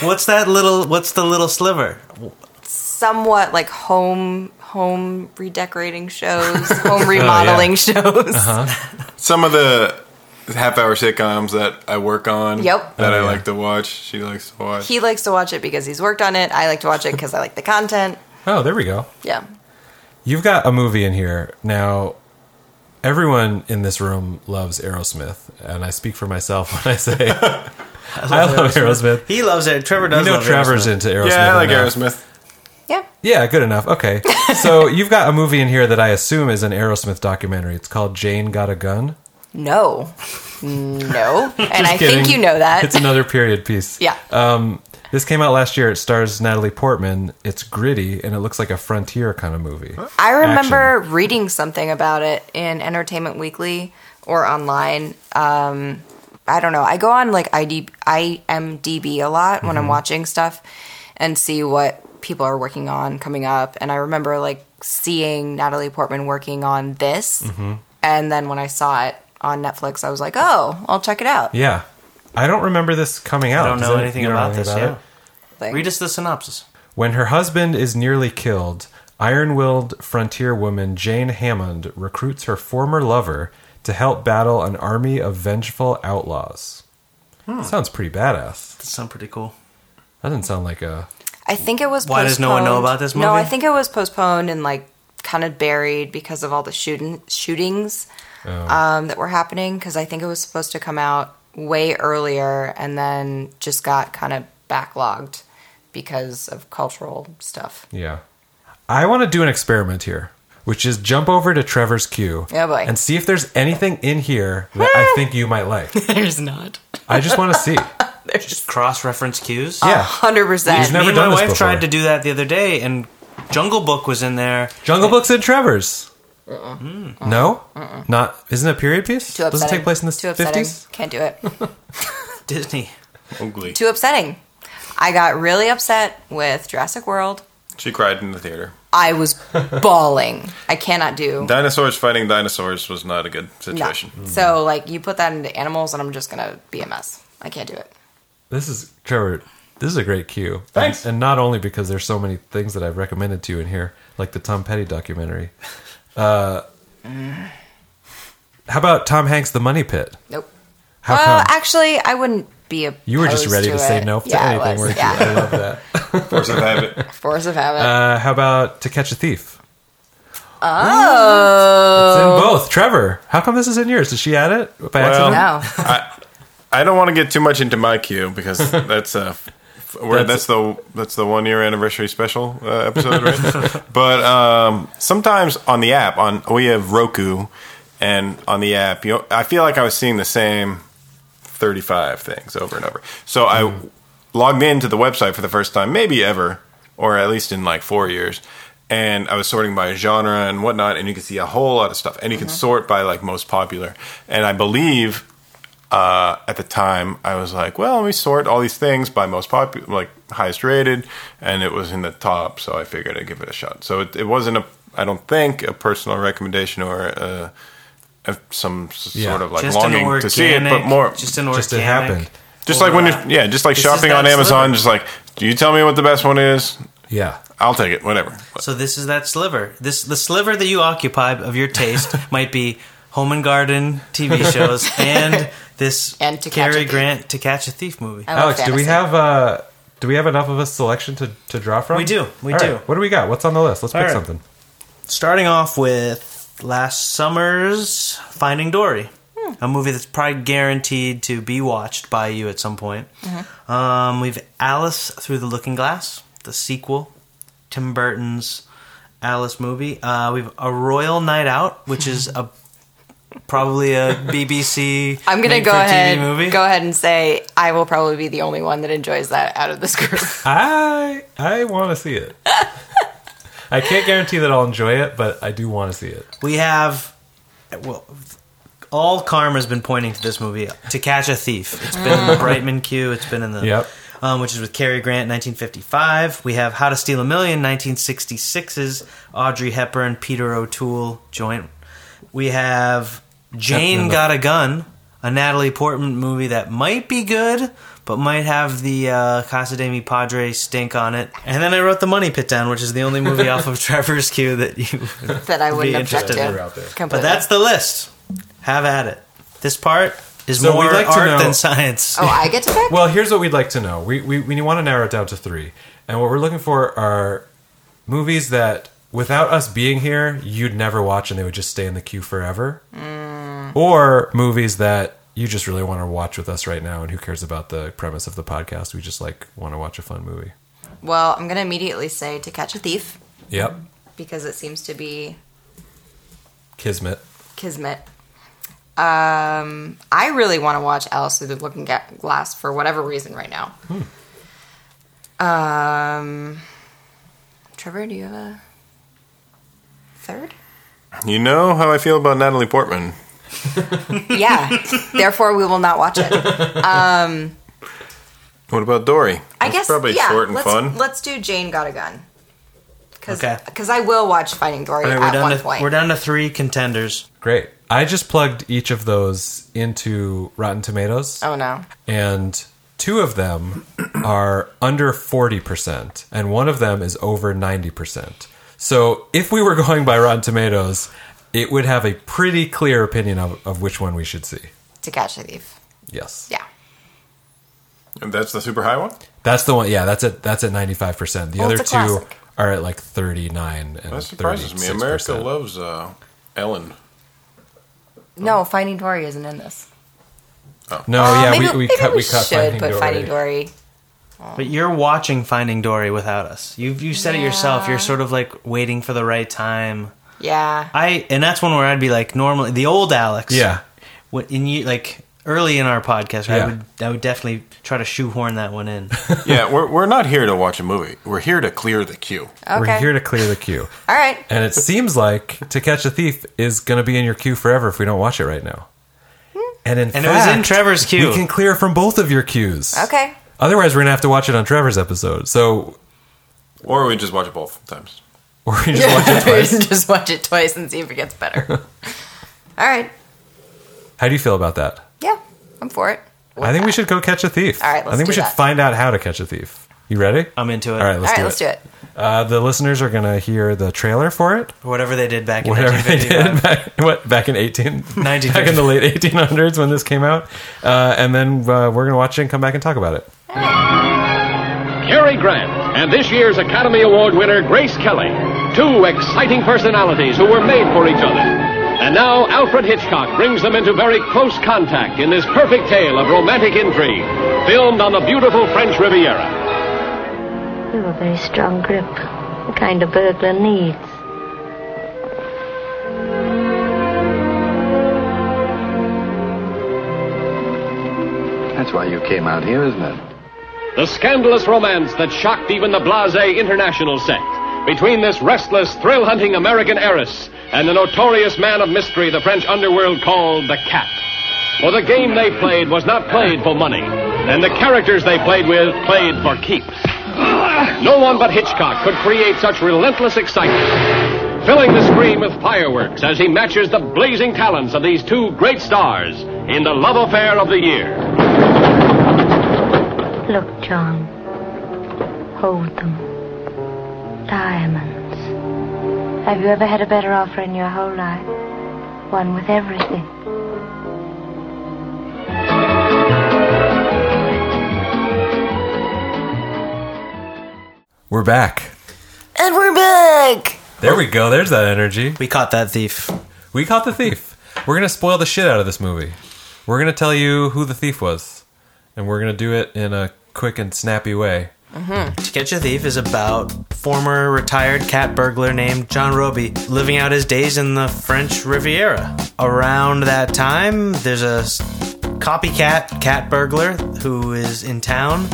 A: What's that little? What's the little sliver?
C: somewhat like home home redecorating shows,
B: Oh,
C: home remodeling shows.
B: Uh-huh.
D: Some of the half-hour sitcoms that I work on.
C: Yep.
D: That
B: Oh,
D: I
B: yeah.
D: like to watch. She likes to watch.
C: He likes to watch it because he's worked on it. I like to watch it because I like the content.
B: Oh, there we go.
C: Yeah,
B: You've got a movie in here. Now, everyone in this room loves Aerosmith, and I speak for myself when I say I love, Aerosmith.
A: He loves it. Trevor
B: You
A: does.
B: know
A: love
B: Trevor's
A: Aerosmith.
B: into Aerosmith.
D: yeah, I like
B: enough.
D: Aerosmith.
C: yeah.
B: Yeah, good enough. Okay. so you've got a movie in here that I assume is an Aerosmith documentary. It's called Jane Got a Gun.
C: No, no, and I
B: Kidding.
C: think you know that.
B: It's another period piece.
C: yeah,
B: Um, this came out last year. It stars Natalie Portman. It's gritty and it looks like a frontier kind of movie.
C: I remember reading something about it in Entertainment Weekly or online. Um, I don't know. I go on like ID, IMDb a lot when I'm watching stuff and see what people are working on coming up. And I remember like seeing Natalie Portman working on this, and then when I saw it on Netflix, I was like, "Oh, I'll check it out."
B: Yeah. I don't remember this coming out.
A: I don't
B: Does
A: know
B: it-
A: anything
B: you don't know
A: about this.
B: anything about
A: yeah.
B: it?
C: Like,
A: Read us the synopsis.
B: When her husband is nearly killed, iron willed frontier woman Jane Hammond recruits her former lover to help battle an army of vengeful outlaws.
A: Hmm.
B: Sounds pretty badass.
A: That sounds pretty cool.
B: That doesn't sound like a.
C: I think it was.
A: Why does no one know about this
C: No,
A: movie?
C: I think it was postponed and like kind of buried because of all the shooting shootings
A: Oh.
C: um, that were happening. Because I think it was supposed to come out way earlier and then just got kind of backlogged because of cultural stuff.
B: Yeah. I want to do an experiment here, which is jump over to Trevor's queue
C: Oh, boy.
B: and see if there's anything in here that I think you might like.
C: There's not.
B: I just want to see.
A: Just cross reference cues.
B: Yeah.
C: Hundred
B: He's
C: percent.
B: never
A: Me and
B: done
A: my
B: this
A: wife
B: before.
A: tried to do that the other day, and Jungle Book was in there.
B: Jungle Book's in Trevor's. No, not isn't it a period piece?
C: Too upsetting.
B: Does it take place in the
C: Too upsetting.
B: fifties?
C: Can't do it.
A: Disney.
D: Ugly.
C: Too upsetting. I got really upset with Jurassic World.
D: She cried in the theater.
C: I was bawling. I cannot do
D: Dinosaurs fighting dinosaurs was not a good
C: No.
D: situation.
C: So like you put that into animals, and I'm just gonna be a mess. I can't do it.
B: This is Trevor. This is a great cue.
D: Thanks.
B: And, and not only because there's so many things that I've recommended to you in here, like the Tom Petty documentary.
C: Mm.
B: Uh, how about Tom Hanks' The Money Pit?
C: Nope.
B: How
C: well,
B: come?
C: actually, I wouldn't be a.
B: you were just ready to, say no to
C: yeah,
B: anything.
C: I was.
B: weren't you?
C: Yeah,
B: I love that.
D: Force of habit.
C: force of habit.
B: Uh, how about To Catch a Thief? Uh,
C: oh
B: It's in both. Trevor, how come this is in yours? Did she add it by accident?
D: Well,
C: no,
D: I, I don't want to get too much into my queue because that's a f- we're,
B: That's-
D: that's, the that's the one year anniversary special uh, episode, right? but um, sometimes on the app on we have Roku, and on the app, you know, I feel like I was seeing the same thirty five things over and over. So I logged into the website for the first time, maybe ever, or at least in like four years. And I was sorting by genre and whatnot, and you can see a whole lot of stuff. And you can sort by like most popular. And I believe uh, at the time, I was like, well, let me sort all these things by most popular, like highest rated, and it was in the top, so I figured I'd give it a shot. So it, it wasn't a, I don't think, a personal recommendation or a, a, some s-
B: Yeah.
D: sort of like
A: just an
D: longing
A: organic.
D: to see it, but more just,
A: just an organic.
B: Just it happened.
D: like when
A: overlap.
D: you're, yeah, just like
A: This is
D: shopping
A: that
D: on Amazon,
A: sliver.
D: just like, do you tell me what the best one is?
B: Yeah.
D: I'll take it, whatever.
A: So this is that sliver. This the sliver that you occupy of your taste might be home and garden TV shows and this
C: And To Catch a
A: Cary
C: Thief.
A: Grant to catch a thief movie.
C: I love
B: Alex, do we
C: Oh, fantasy.
B: have uh, do we have enough of a selection to, to draw from?
A: We do. We
B: All right.
A: do.
B: What do we got? What's on the list? Let's
A: All right.
B: pick something.
A: Starting off with last summer's Finding Dory,
C: Hmm.
A: a movie that's probably guaranteed to be watched by you at some point.
C: Mm-hmm.
A: Um, we've Alice Through the Looking Glass, the sequel, Tim Burton's Alice movie. Uh, we've a Royal Night Out, which is a probably a BBC.
C: I'm gonna
A: made
C: go
A: for TV
C: ahead,
A: Movie.
C: go ahead and say I will probably be the only one that enjoys that out of this group.
B: I I want to see it. I can't guarantee that I'll enjoy it, but I do want to see it.
A: We have well, all karma's been pointing to this movie, To Catch a Thief. It's been in the Brightman Q. It's been in the
B: Yep.
A: um, which is with Cary Grant, 1955. We have How to Steal a Million, 1966's Audrey Hepburn, Peter O'Toole joint. We have
B: That's in
A: Jane
B: the-
A: Got a Gun, a Natalie Portman movie that might be good, but might have the uh, Casa de Mi Padre stink on it. And then I wrote The Money Pit Down, which is the only movie off of Trevor's Q that you.
C: that I wouldn't
A: Be
C: object
A: interested.
B: We're out there.
C: to.
A: But
B: But
C: Completely.
A: that's the list. Have at it. This part is
B: So we'd
A: more
B: like to
A: art
B: know-
A: than science.
C: oh, I get to pick.
B: Well, here's what we'd like to know. We, we, we want to narrow it down to three. And what we're looking for are movies that, without us being here, you'd never watch and they would just stay in the queue forever. Or movies that you just really want to watch with us right now and who cares about the premise of the podcast. We just like want to watch a fun movie.
C: well, I'm gonna immediately say To Catch a Thief
B: Yep.
C: because it seems to be
B: Kismet.
C: Kismet. Um, I really want to watch Alice Through the Looking Ga- Glass for whatever reason right now. Um, Trevor, do you have a third?
D: You know how I feel about Natalie Portman.
C: Yeah. Therefore, we will not watch it.
D: What about Dory?
C: I
D: That's
C: guess
D: probably
C: yeah,
D: short and
C: let's,
D: fun.
C: Let's do Jane Got a Gun. Because
A: Okay.
C: I will watch Finding Dory
A: All right, we're
C: at
A: down
C: one
A: to
C: point.
A: we're down to three contenders.
B: Great. I just plugged each of those into Rotten Tomatoes.
C: Oh no.
B: and two of them are under 40% and one of them is over 90% so if we were going by rotten tomatoes it would have a pretty clear opinion of, of which one we should see
C: To Catch a Thief.
B: yes
C: Yeah.
D: That's the super high one.
B: that's the one yeah that's at that's at 95% the
C: Well,
B: other
C: it's
B: two
C: a classic.
B: are at like 39 and
D: That surprises me. America
B: 36%.
D: loves uh, Ellen.
C: No, Finding Dory isn't in this.
B: no
C: Uh,
B: yeah
C: maybe
B: we, we
C: maybe
B: cut we cut
C: should
B: finding
C: put
B: Dory.
C: Finding Dory.
A: But you're watching Finding Dory without us. You you said it yourself.
C: Yeah.
A: You're sort of like waiting for the right time.
C: Yeah.
A: I and that's one where I'd be like normally the old Alex.
B: yeah
A: What in you like early in our podcast? I
B: Yeah.
A: would I would definitely try to shoehorn that one in.
D: yeah, we're we're not here to watch a movie. We're here to clear the queue.
B: we're
C: Okay.
B: here to clear the queue
C: All right.
B: and it seems like to catch a thief is going to be in your queue forever if we don't watch it right now
C: Hmm.
B: and in
A: And it was
B: fact,
A: in Trevor's queue.
B: We can clear from both of your cues.
C: Okay.
B: Otherwise, we're gonna have to watch it on Trevor's episode. So,
D: Or we just watch it both times.
B: or we just watch it twice.
C: Just watch it twice and see if it gets better. All right.
B: How do you feel about that?
C: Yeah. I'm for it.
B: I think we should go catch a thief.
C: All right, let's
B: I think we
C: do
B: should
C: that.
B: find out how to catch a thief. You ready?
A: I'm into it.
B: All right,
C: All
B: let's,
C: right,
B: do,
C: let's
B: it.
C: do it.
B: Uh, the listeners are gonna hear the trailer for it.
A: Whatever they did back in
B: Whatever they
A: 1955.
B: did back, what, back in eighteen,
A: 1955.
B: back in the late eighteen hundreds when this came out, uh, and then uh, we're gonna watch it and come back and talk about it.
E: Cary Grant and this year's Academy Award winner Grace Kelly. Two exciting personalities who were made for each other. And now Alfred Hitchcock brings them into very close contact in this perfect tale of romantic intrigue, filmed on the beautiful French Riviera.
F: You have a very strong grip, the kind a burglar needs.
G: That's why you came out here, isn't it?
E: The scandalous romance that shocked even the blase international set between this restless, thrill hunting American heiress and the notorious man of mystery the French underworld called the Cat. For the game they played was not played for money, and the characters they played with played for keeps. No one but Hitchcock could create such relentless excitement, filling the screen with fireworks as he matches the blazing talents of these two great stars in the love affair of the year.
F: Look, John. Hold them. Diamonds. Have you ever had a better offer in your whole life? One with everything.
B: We're back.
C: And we're back.
B: There we go. There's that energy.
A: We caught that thief.
B: We caught the thief. We're gonna spoil the shit out of this movie. We're gonna tell you who the thief was, and we're gonna do it in a quick and snappy way.
A: To Catch a Thief is about former retired cat burglar named John Roby living out his days in the French Riviera. Around that time, there's a s- copycat cat burglar who is in town.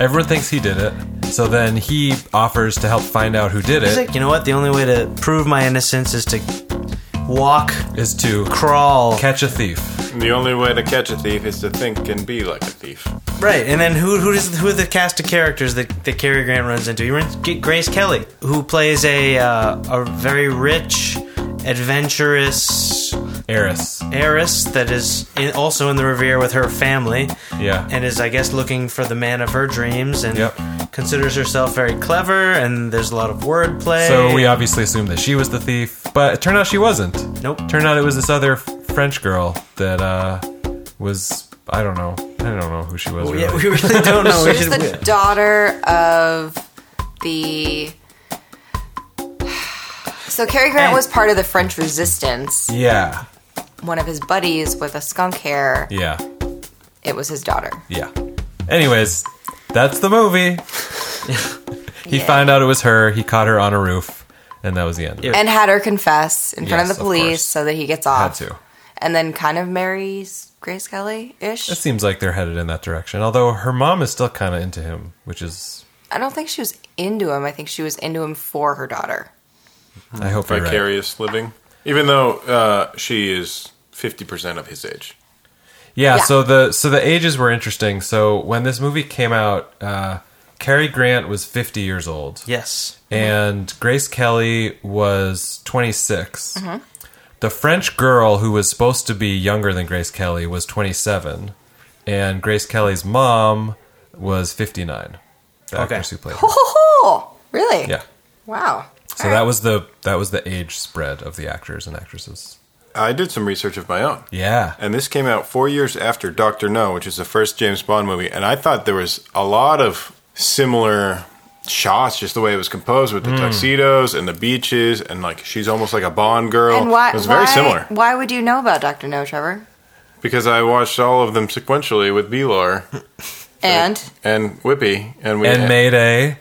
B: Everyone thinks he did it. So then he offers to help find out who did
A: He's
B: it.
A: like, you know what? The only way to prove my innocence is to walk,
B: Is to
A: crawl,
B: catch a thief.
D: The only way to catch a thief is to think and be like a thief.
A: Right, and then who who is who are the cast of characters that that Cary Grant runs into? He runs get Grace Kelly, who plays a uh, a very rich, adventurous
B: Eris.
A: heiress that is in, also in the Riviera with her family.
B: Yeah.
A: and is I guess looking for the man of her dreams and
B: Yep.
A: considers herself very clever. And there's a lot of wordplay.
B: So we obviously assumed that she was the thief, but it turned out she wasn't.
A: Nope.
B: Turned out it was this other f- French girl that uh, was I don't know. I don't know who she was.
A: Oh, yeah,
B: really.
A: we really don't know. We
C: She's
A: should-
C: the daughter of the. So Cary Grant was part of the French Resistance.
B: yeah,
C: One of his buddies with a skunk hair.
B: yeah,
C: It was his daughter.
B: yeah. Anyways, that's the movie. he
C: Yeah.
B: found out it was her. He caught her on a roof, and that was the end.
A: Yeah.
C: And had her confess in front
B: Yes,
C: of the
B: of course.
C: police so that he gets off.
B: to.
C: And then kind of marries Grace Kelly ish.
B: It seems like they're headed in that direction. Although her mom is still kind of into him, which is
C: I don't think she was into him. I think she was into him for her daughter. Hmm.
B: I hope you're right.
D: Vicarious living. Even though uh, she is 50% of his age.
B: Yeah,
C: Yeah.
B: So the so the ages were interesting. So when this movie came out, uh, Cary Grant was 50 years old.
A: yes,
B: and Grace Kelly was 26. The French girl who was supposed to be younger than Grace Kelly was 27, and Grace Kelly's mom was 59. The
A: Okay.
B: actress who played. her.
C: Oh, really?
B: Yeah.
C: Wow.
B: So that was the that was the age spread of the actors and actresses.
D: I did some research of my own.
B: Yeah.
D: And this came out four years after Doctor No, which is the first James Bond movie. And I thought there was a lot of similar shots, just the way it was composed with the tuxedos and the beaches, and like she's almost like a Bond girl.
C: And why?
D: it was very
C: why-
D: similar
C: Why would you know about Doctor No, Trevor?
D: because I watched all of them sequentially with Bilar
C: And
D: and Whippy, and we
B: And Mayday.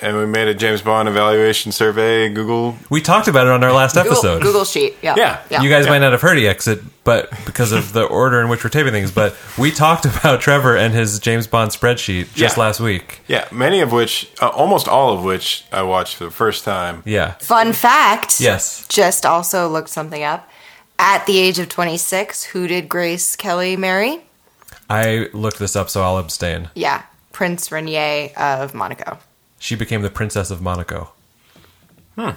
D: and we made a James Bond evaluation survey. Google,
B: We talked about it on our last
C: Google,
B: episode.
C: Google sheet. Yeah.
D: Yeah.
B: You guys
D: Yeah.
B: might not have heard it exit, but because of the order in which we're taping things, but we talked about Trevor and his James Bond spreadsheet just
D: Yeah.
B: last week.
D: yeah, many of which, uh, almost all of which, I watched for the first time.
B: Yeah.
C: Fun fact.
B: Yes.
C: Just also looked something up. At the age of 26, who did Grace Kelly marry?
B: I looked this up, so I'll abstain.
C: Yeah, Prince Renier of Monaco,
B: She became the Princess of Monaco.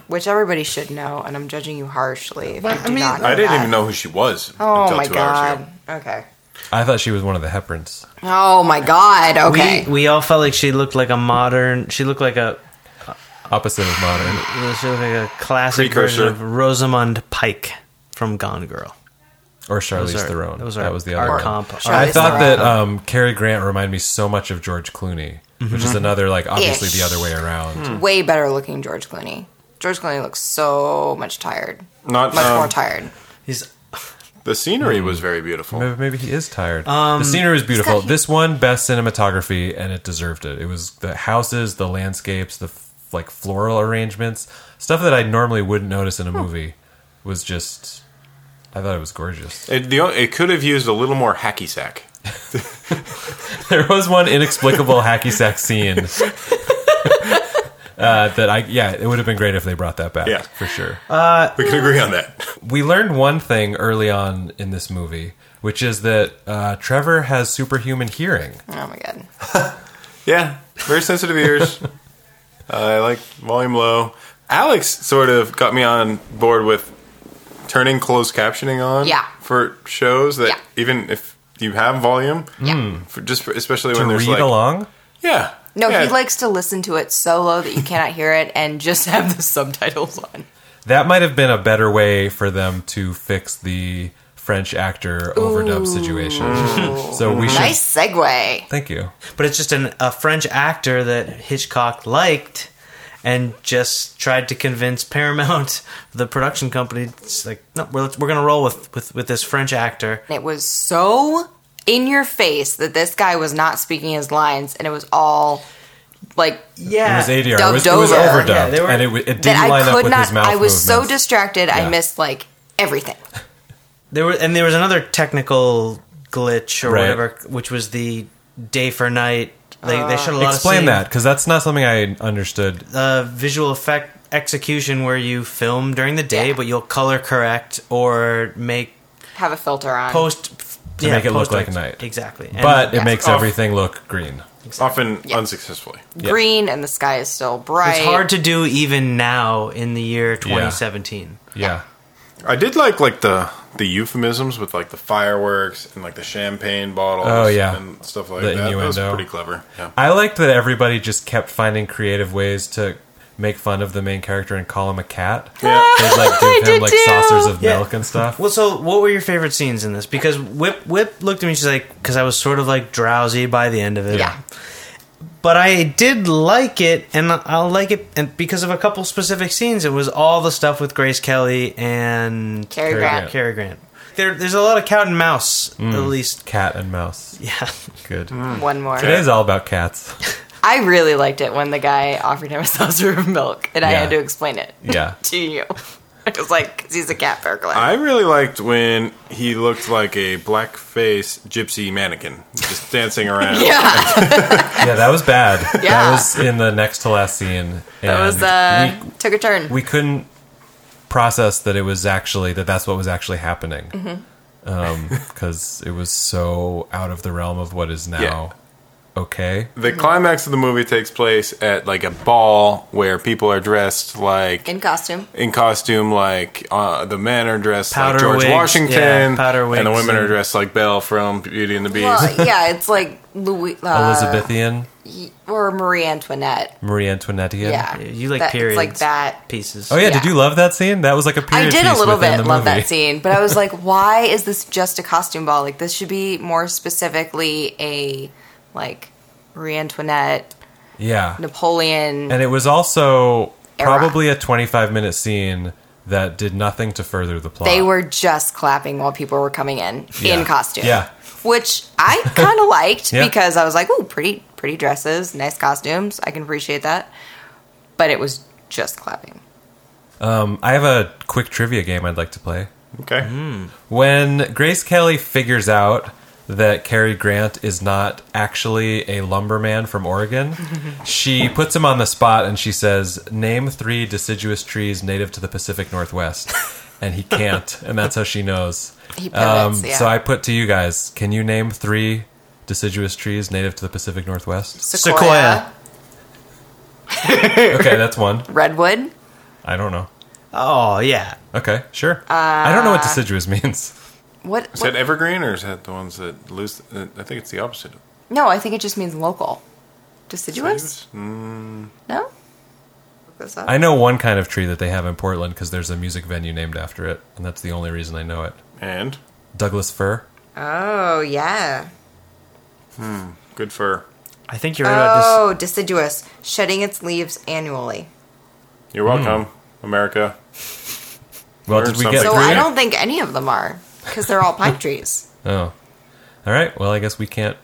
C: which everybody should know, and I'm judging you harshly if you do not know
D: I didn't
C: that.
D: even know who she was
C: Oh
D: until
C: my
D: two hours
C: god.
D: ago.
C: Okay.
B: I thought she was one of the Hepards.
C: Oh my god. Okay.
A: we we all felt like she looked like a modern. She looked like a
B: Opposite of modern.
A: she looked like a classic
D: Precursor.
A: version of Rosamund Pike from Gone Girl.
B: Or Charlize
A: Those are-
B: Theron.
A: those are
B: that was the
A: our
B: other one.
A: comp. Charlize
B: I thought that
C: Theron.
B: um, Cary Grant reminded me so much of George Clooney, which
A: Mm-hmm.
B: is another, like, obviously
C: Ish.
B: the other way around.
A: Hmm.
C: Way better looking George Clooney. George Clooney looks so much tired.
D: Not
C: Much
D: um,
C: more tired.
A: He's
D: The scenery was very beautiful.
B: Uh, Maybe, maybe he is tired.
A: Um,
B: the scenery was beautiful.
C: got-
B: This one, best cinematography, and it deserved it. It was the houses, the landscapes, the f- like floral arrangements, stuff that I normally wouldn't notice in a movie. Was just, I thought it was gorgeous.
D: It, the, o- it could have used a little more hacky sack.
B: There was one inexplicable hacky sack scene uh, that I yeah, it would have been great if they brought that back
D: Yeah.
B: for sure. Uh,
D: We can agree on that.
B: we learned one thing early on in this movie, which is that uh, Trevor has superhuman hearing.
C: Oh my god.
D: Yeah, very sensitive ears. I like volume low. Alex sort of got me on board with turning closed captioning on.
C: Yeah.
D: For shows that
C: Yeah.
D: even if you have volume,
C: Yeah.
D: for just for, especially
B: To
D: when there's
B: read
D: like
B: along.
D: yeah.
C: No,
D: yeah.
C: he likes to listen to it so low that you cannot hear it and just have the subtitles on.
B: That might have been a better way for them to fix the French actor overdub situation. so we should.
C: Nice segue.
B: Thank you.
A: but it's just an, a French actor that Hitchcock liked and just tried to convince Paramount, the production company, it's like, no, we're, we're going to roll with, with, with this French actor.
C: It was so in your face that this guy was not speaking his lines and it was all like
B: It
A: Yeah.
B: was ADR. It
C: Dubbed
B: was, it was
C: over.
B: overdubbed,
A: Yeah, they were-
B: and it, w- it didn't
C: that
B: line
C: I
B: up
C: could
B: with
C: not.
B: his mouth.
C: I was so
B: movements.
C: distracted.
B: Yeah.
C: I missed like everything.
A: There were and there was another technical glitch or
B: Right.
A: whatever, which was the day for night. They, they showed a lot
B: Explain
A: of scene-
B: that because that's not something I understood.
A: uh, visual effect execution where you film during the day,
C: Yeah.
A: but you'll color correct or make
C: Have a filter on.
A: post
B: To make it look like night.
A: Exactly, And-
B: But it
C: Yeah.
B: makes
D: Oh.
B: everything look green.
D: Often
C: Yeah.
D: unsuccessfully.
C: green and the sky is still bright.
A: it's hard to do even now in the year 2017.
B: Yeah.
D: I did like like the the euphemisms with like the fireworks and like the champagne bottles.
B: Oh, yeah.
D: and stuff like
B: The
D: that. That was
B: innuendo.
D: pretty clever. Yeah.
B: I liked that everybody just kept finding creative ways to make fun of the main character and call him a cat.
D: Yeah.
B: They'd like
C: I
B: give him
C: did
B: like
C: too.
B: saucers of
A: Yeah.
B: milk and stuff.
A: Well, so what were your favorite scenes in this? Because Whip Whip looked at me, she's like, because I was sort of like drowsy by the end of it.
C: Yeah.
A: But I did like it, and I'll like it, and because of a couple specific scenes, it was all the stuff with Grace Kelly and
C: Cary Grant.
A: Cary Grant. There, there's a lot of cat and mouse,
B: Mm.
A: at least.
B: Cat and mouse.
A: Yeah,
B: Good.
A: Mm.
C: One more.
B: Today's all about cats.
C: I really liked it when the guy offered him a saucer of milk, and I
B: Yeah.
C: had to explain it
B: Yeah.
C: to you. I was like, 'cause he's a cat burglar.
D: I really liked when he looked like a blackface gypsy mannequin just dancing around.
C: yeah.
B: Yeah, that was bad. That
C: Yeah.
B: was in the next to last scene.
C: That was uh, took a turn.
B: we, we couldn't process that it was actually that that's what was actually happening.
C: Mm-hmm.
B: because it was so out of the realm of what is now okay.
D: The climax of the movie takes place at like a ball where people are dressed like
C: in costume.
D: in costume like uh, the men are dressed
A: Powder
D: like George
A: wigs,
D: Washington,
A: yeah, powder
D: and the
A: wigs
D: women are
A: and-
D: dressed like Belle from Beauty and the Beast.
C: Well, yeah, it's like Louis uh,
B: Elizabethan,
C: or Marie Antoinette.
B: Marie Antoinettian.
C: Yeah,
A: you like
C: That-
A: periods,
C: It's like that.
A: pieces.
B: Oh yeah,
C: Yeah.
B: did you love that scene? That was like a period.
C: I did a
B: piece
C: little
B: within
C: bit
B: the
C: love
B: movie.
C: that scene, but I was like, why is this just a costume ball? Like this should be more specifically a like Marie Antoinette,
B: Yeah,
C: Napoleon.
B: and it was also
C: Era.
B: probably a twenty-five minute scene that did nothing to further the plot.
C: they were just clapping while people were coming in
B: Yeah.
C: in costume.
B: Yeah.
C: Which I kind of liked
B: Yeah.
C: because I was like, "Ooh, pretty, pretty dresses, nice costumes. I can appreciate that." But it was just clapping.
B: Um, I have a quick trivia game I'd like to play.
D: Okay,
B: When Grace Kelly figures out that Cary Grant is not actually a lumberman from Oregon, she puts him on the spot and she says, "Name three deciduous trees native to the Pacific Northwest," and he can't, and that's how she knows.
C: He
B: Um,
C: pivots, yeah.
B: So I put to you guys: Can you name three deciduous trees native to the Pacific Northwest?
A: Sequoia.
B: Okay, that's one.
C: redwood.
B: I don't know.
A: Oh yeah,
B: Okay, sure. I don't know
C: Uh,
B: what deciduous means.
C: What?
D: is
C: what-
D: that evergreen or is that the ones that lose? uh, I think it's the opposite. of
C: No, I think it just means local. Deciduous?
D: Mm.
C: No. Look this up.
B: I know one kind of tree that they have in Portland because there's a music venue named after it, and that's the only reason I know it.
D: And
B: Douglas fir.
C: Oh yeah.
D: good for
A: I think you're right about
C: Oh, deciduous, shedding its leaves annually.
D: you're
B: Hmm.
D: welcome, America.
B: Well,
D: Learn
B: did we get
D: something.
C: So
B: three?
C: I don't think any of them are because they're all pine trees.
B: Oh, all right. Well, I guess we can't.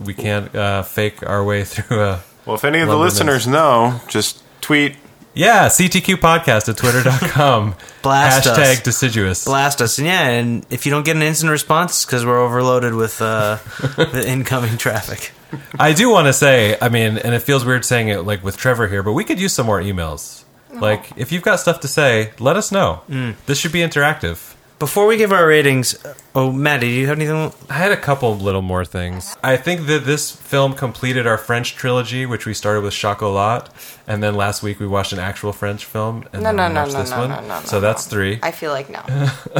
B: We can't uh, fake our way through uh, a.
D: Well, if any of the
B: Lumbermans.
D: listeners know, just tweet.
B: Yeah, CTQ podcast at twitter.com.
A: Blast us.
B: Hashtag deciduous.
A: blast us, and yeah, and if you don't get an instant response, because we're overloaded with uh, the incoming traffic.
B: I do want to say, I mean, and it feels weird saying it like with Trevor here, but we could use some more emails. Like, if you've got stuff to say, let us know. This should be interactive.
A: Before we give our ratings, oh Maddie, do you have anything?
B: I had a couple little more things. I think that this film completed our French trilogy, which we started with Chocolat, and then last week we watched an actual French film, and
C: No,
B: then
C: no,
B: we
C: no,
B: watched
C: no,
B: this
C: no,
B: one.
C: no, no, no,
B: so that's
C: no.
B: three.
C: I feel like no,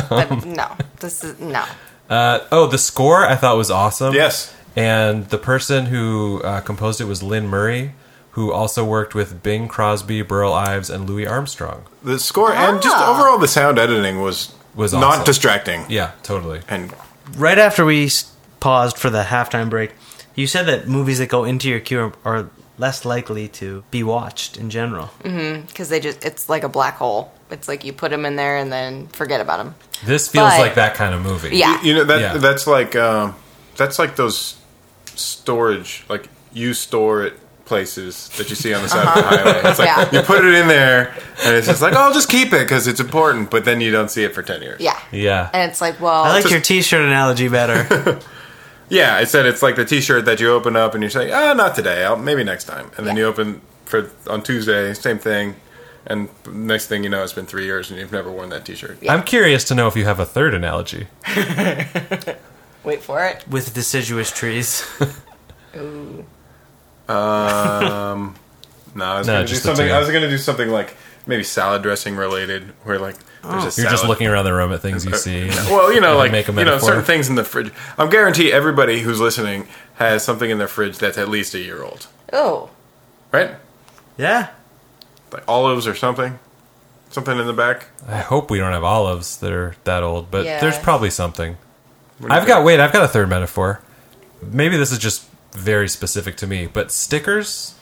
C: but no. This is no.
B: Uh, oh, the score I thought was awesome.
D: Yes.
B: and the person who uh, composed it was Lynn Murray, who also worked with Bing Crosby, Burl Ives, and Louis Armstrong.
D: The score
C: Ah.
D: and just overall the sound editing was
B: Was
D: not
B: awesome.
D: distracting.
B: Yeah, totally.
D: And
A: Right after we s- paused for the halftime break, you said that movies that go into your queue are, are less likely to be watched in general.
C: Because they just—it's like a black hole. It's like you put them in there and then forget about them.
B: This feels
C: But-
B: like that kind of movie.
C: Yeah.
D: you know that
B: Yeah.
D: that's like um, that's like those storage like you store it places that you see on the side of the highway. It's like
C: Uh-huh. Yeah.
D: you put it in there, and it's just like, oh, I'll just keep it because it's important. But then you don't see it for ten years.
C: Yeah.
B: Yeah.
C: And it's like, well,
A: I like your T-shirt analogy better.
D: Yeah, I said it's like the T-shirt that you open up and you're saying, "Ah, not today. I'll, maybe next time." And then
C: Yeah.
D: you open for on Tuesday, same thing, and next thing you know, it's been three years and you've never worn that T-shirt.
B: I'm curious to know if you have a third analogy.
C: wait for it.
A: With deciduous trees.
D: No, I was
B: No,
D: gonna do
B: just the
D: something.
B: two.
D: I was gonna do something like maybe salad dressing related, where like there's a
B: You're
D: salad-
B: just looking around the room at things you see.
D: Well, you know, like
B: make a
D: you know,
B: metaphor.
D: certain things in the fridge. I'm guarantee everybody who's listening has something in their fridge that's at least a year old,
C: Oh,
D: right?
A: yeah.
D: Like olives or something, something in the back.
B: I hope we don't have olives that are that old, but
C: Yeah.
B: there's probably something.
D: What do you
B: I've got
D: think?
B: wait, I've got a third metaphor. Maybe this is just very specific to me, but stickers.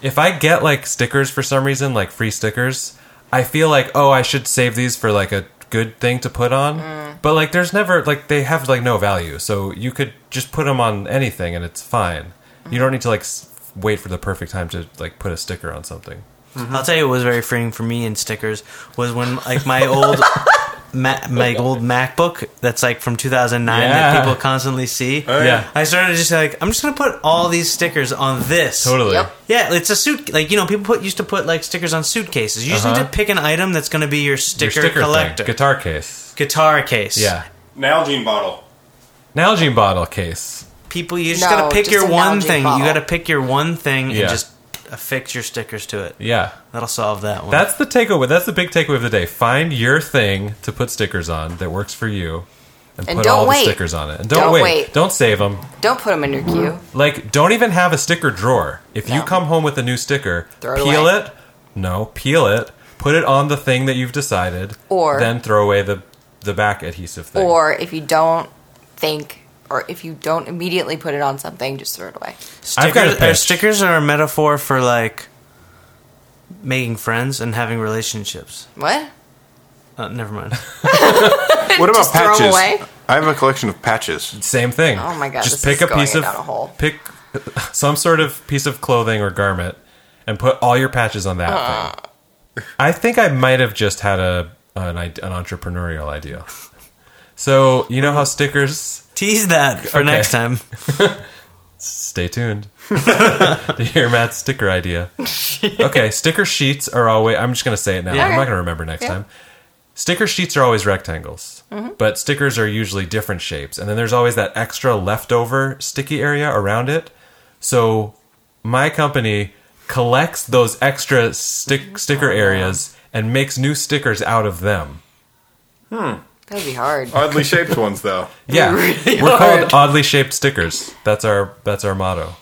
B: If I get like stickers for some reason, like free stickers, I feel like oh, I should save these for like a good thing to put on. But like, there's never like they have like no value, so you could just put them on anything and it's fine. You don't need to like s- wait for the perfect time to like put a sticker on something.
A: I'll tell you what was very freeing for me in stickers was when like my old ma- my old MacBook that's like from 2009
B: Yeah.
A: that people constantly see.
B: yeah.
A: I started just like I'm just gonna put all these stickers on this.
B: Totally.
C: Yep.
A: Yeah, it's a suit. Like you know, people put used to put like stickers on suitcases. You just need
B: Uh-huh.
A: to pick an item that's going to be your
B: Your
A: sticker,
B: sticker,
A: collector.
B: thing. guitar case.
A: Guitar case.
B: Yeah.
D: Nalgene bottle.
B: Nalgene bottle case.
A: People, you just
C: No,
A: got to pick
C: just
A: your
C: an
A: one
C: algae
A: thing.
C: bottle.
A: You got to pick your one thing
B: Yeah.
A: and just affix your stickers to it.
B: Yeah.
A: That'll solve that one.
B: That's the takeaway. That's the big takeaway of the day. Find your thing to put stickers on that works for you, and,
C: And
B: put
C: don't
B: all
C: wait.
B: the stickers on it. And don't,
C: Don't
B: wait.
C: wait.
B: Don't save them.
C: don't put them in your queue.
B: Like, don't even have a sticker drawer. If you
C: No.
B: come home with a new sticker,
C: Throw it
B: peel
C: away.
B: it. No, peel it. Put it on the thing that you've decided,
C: Or-
B: then throw away the the back adhesive thing.
C: Or if you don't think, or if you don't immediately put it on something, just throw it away.
A: stickers,
B: I've got a
A: Are
B: pitch.
A: stickers are a metaphor for like making friends and having relationships.
C: What?
A: Uh, never mind.
D: What about
C: Just throw 'em
D: patches?
C: away?
D: I have a collection of patches.
B: same thing.
C: Oh my God,
B: Just
C: this
B: pick
C: is
B: a piece
C: going
B: of
C: down a hole.
B: pick some sort of piece of clothing or garment and put all your patches on that
C: Uh.
B: thing. I think I might have just had a an, ide- an entrepreneurial idea. So you know how stickers.
A: Tease that for
B: Okay.
A: next time.
B: Stay tuned to hear Matt's sticker idea. Okay, sticker sheets are always. I'm just gonna say it now. I'm
C: Okay.
B: not gonna remember next time. Sticker sheets are always rectangles, but stickers are usually different shapes. And then there's always that extra leftover sticky area around it. So my company collects those extra stick sticker areas and makes new stickers out of them.
C: That'd be hard.
B: Uh,
D: Oddly shaped ones, though.
B: Yeah,
C: Really
B: we're
C: hard.
B: called oddly shaped stickers. That's our that's our motto.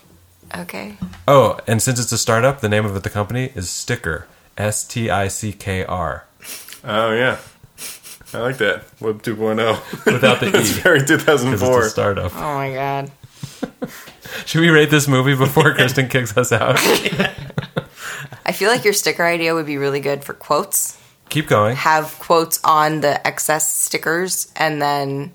C: Okay.
B: Oh, and since it's a startup, the name of the company is Sticker. S T I C K R.
D: Oh yeah, I like that Web 2.0.
B: Without the E.
D: It's very
B: Because it's a
D: 2004.
B: startup.
C: Oh my God.
B: Should we rate this movie before Kristen kicks us out?
C: I feel like your sticker idea would be really good for quotes.
B: Keep going.
C: Have quotes on the excess stickers, and then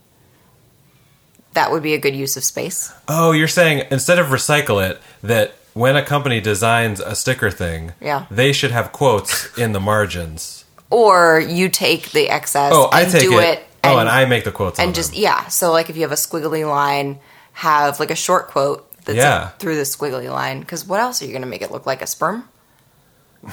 C: that would be a good use of space.
B: Oh, you're saying instead of recycle it, that when a company designs a sticker thing,
C: Yeah.
B: they should have quotes in the margins.
C: Or you take the excess
B: Oh, I
C: and
B: take
C: do
B: it.
C: it.
B: oh, and I make the quotes. on
C: and just
B: them.
C: yeah so like if you have a squiggly line have like a short quote that's
B: Yeah.
C: like, through the squiggly line because what else are you going to make it look like a sperm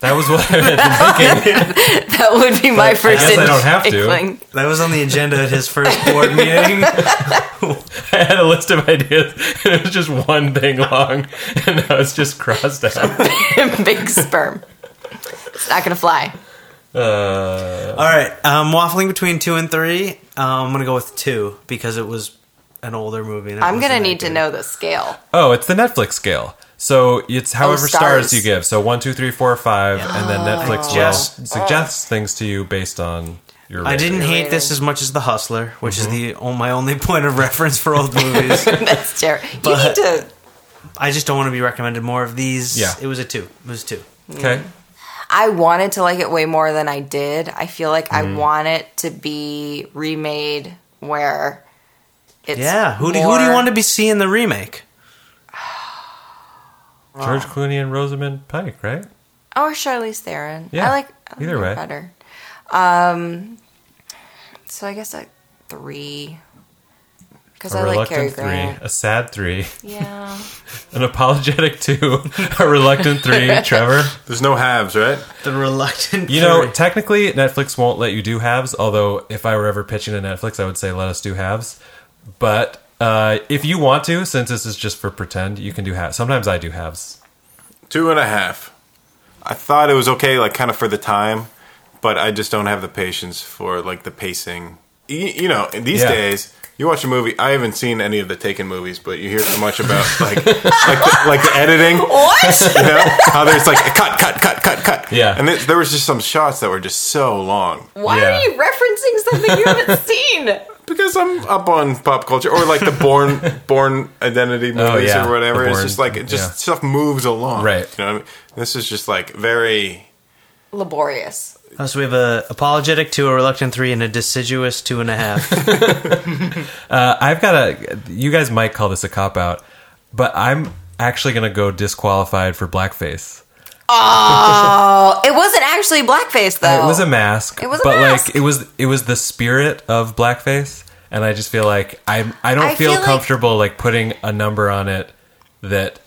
B: that was what I had been thinking.
C: that would be my
B: I
C: first
B: guess I don't have to.
C: inkling.
A: That was on the agenda at his first board meeting.
B: I had a list of ideas, and it was just one thing long, and I was just crossed out.
C: big sperm it's not going to fly
B: Uh,
A: All right, I'm waffling between two and three. Um, I'm gonna go with two because it was an older movie. and it
C: i'm going to
A: wasn't that
C: need to
A: good.
C: know the scale
B: Oh, it's the Netflix scale. So it's however stars.
C: Oh, stars. Oh,
B: you give. So one, two, three, four, five, and then Netflix will
A: Suggest-
B: suggests things to you based on your.
A: I
B: rating.
A: didn't hate
C: rating.
A: this as much as The Hustler, which
B: Mm-hmm.
A: is the oh, my only point of reference for old movies.
C: that's terrible you
A: But-
C: need to
A: I just don't want to be recommended more of these.
B: Yeah.
A: it was a two. It was two.
B: Okay.
C: i wanted to like it way more than i did i feel like
B: Mm.
C: i want it to be remade where it's
A: Yeah, who do, who do you
C: more-
A: want to be seeing the remake?
C: Mm.
B: George Clooney and Rosamund Pike, right?
C: Oh, or Charlize Theron.
B: Yeah,
C: I like I like
B: either
C: her
B: way.
C: better. Um, so I guess like three because
B: A
C: I like Cary
B: reluctant
C: Grant.
B: three, a sad three,
C: Yeah,
B: an apologetic two, a reluctant three. Trevor,
D: There's no halves, right?
A: The reluctant.
B: you know,
A: three.
B: technically Netflix won't let you do halves. Although, if I were ever pitching to Netflix, I would say let us do halves. But uh, if you want to, since this is just for pretend, you can do halves. Sometimes I do halves.
D: Two and a half. I thought it was okay, like kind of for the time, but I just don't have the patience for like the pacing. Y- You, know, these
B: Yeah.
D: days. You watch a movie. I haven't seen any of the Taken movies, but you hear so much about like, like, the, like the editing.
C: what?
D: You know, how there's like a cut, cut, cut, cut, cut.
B: Yeah.
D: and th- there was just some shots that were just so long.
C: Why
B: Yeah.
C: are you referencing something you haven't seen?
D: Because I'm up on pop culture or like the born born identity movies
B: Oh, yeah.
D: or whatever.
B: The
D: It's
B: Bourne,
D: just like it just
B: yeah.
D: stuff moves along.
B: Right.
D: You know what I mean? This is just like very
C: Laborious.
A: Oh, so we have a apologetic two, a reluctant three, and a deciduous two and a half.
B: I've got a. You guys might call this a cop out, but I'm actually going to go disqualified for blackface.
C: Oh, it wasn't actually blackface though.
B: Uh, It was a mask.
C: Oh. It was a
B: but
C: mask.
B: like it was it was the spirit of blackface, and I just feel like I'm I don't
C: I
B: feel,
C: feel like-
B: comfortable like putting a number on it that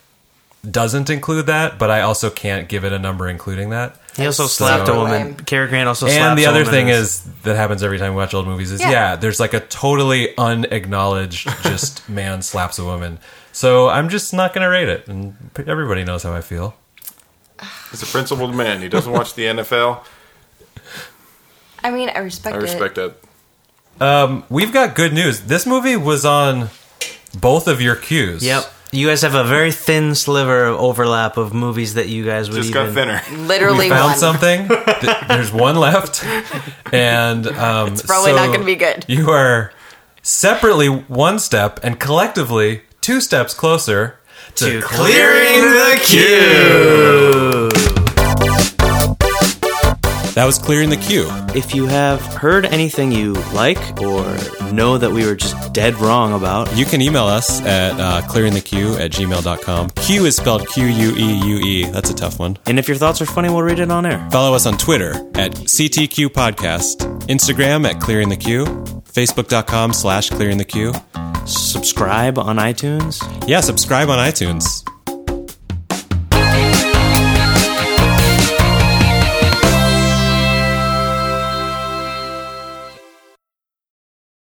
B: doesn't include that, but I also can't give it a number including that.
A: He also
B: So-
A: slapped a woman.
C: lame.
A: Cary Grant also slapped.
B: And the
A: a
B: other
A: woman
B: thing
A: in his-
B: is that happens every time we watch old movies is yeah,
C: Yeah.
B: there's like a totally unacknowledged just man slaps a woman. So I'm just not going to rate it, and everybody knows how I feel.
D: He's a principled man. He doesn't watch the NFL.
C: I mean, I respect.
D: I respect that.
B: We've got good news. This movie was on both of your cues.
A: Yep. You guys have a very thin sliver of overlap of movies that you guys would
D: Just
A: even.
D: got thinner.
C: it.
B: We
C: Literally
B: found
C: one.
B: something. Th- There's one left, and um, it's
C: probably not gonna be good.
B: You are separately one step and collectively two steps closer to,
A: To
B: clearing the queue. That was clearing the queue.
A: If you have heard anything you like or know that we were just dead wrong about,
B: You can email us at uh, clearingthequeue at gmail.com. Q is spelled Q U E U E. That's a tough one.
A: and if your thoughts are funny, we'll read it on air.
B: Follow us on Twitter at CTQ Podcast, Instagram at Clearing the Queue, Facebook.com slash Clearing the Queue.
A: Subscribe on iTunes.
B: Yeah, subscribe on iTunes.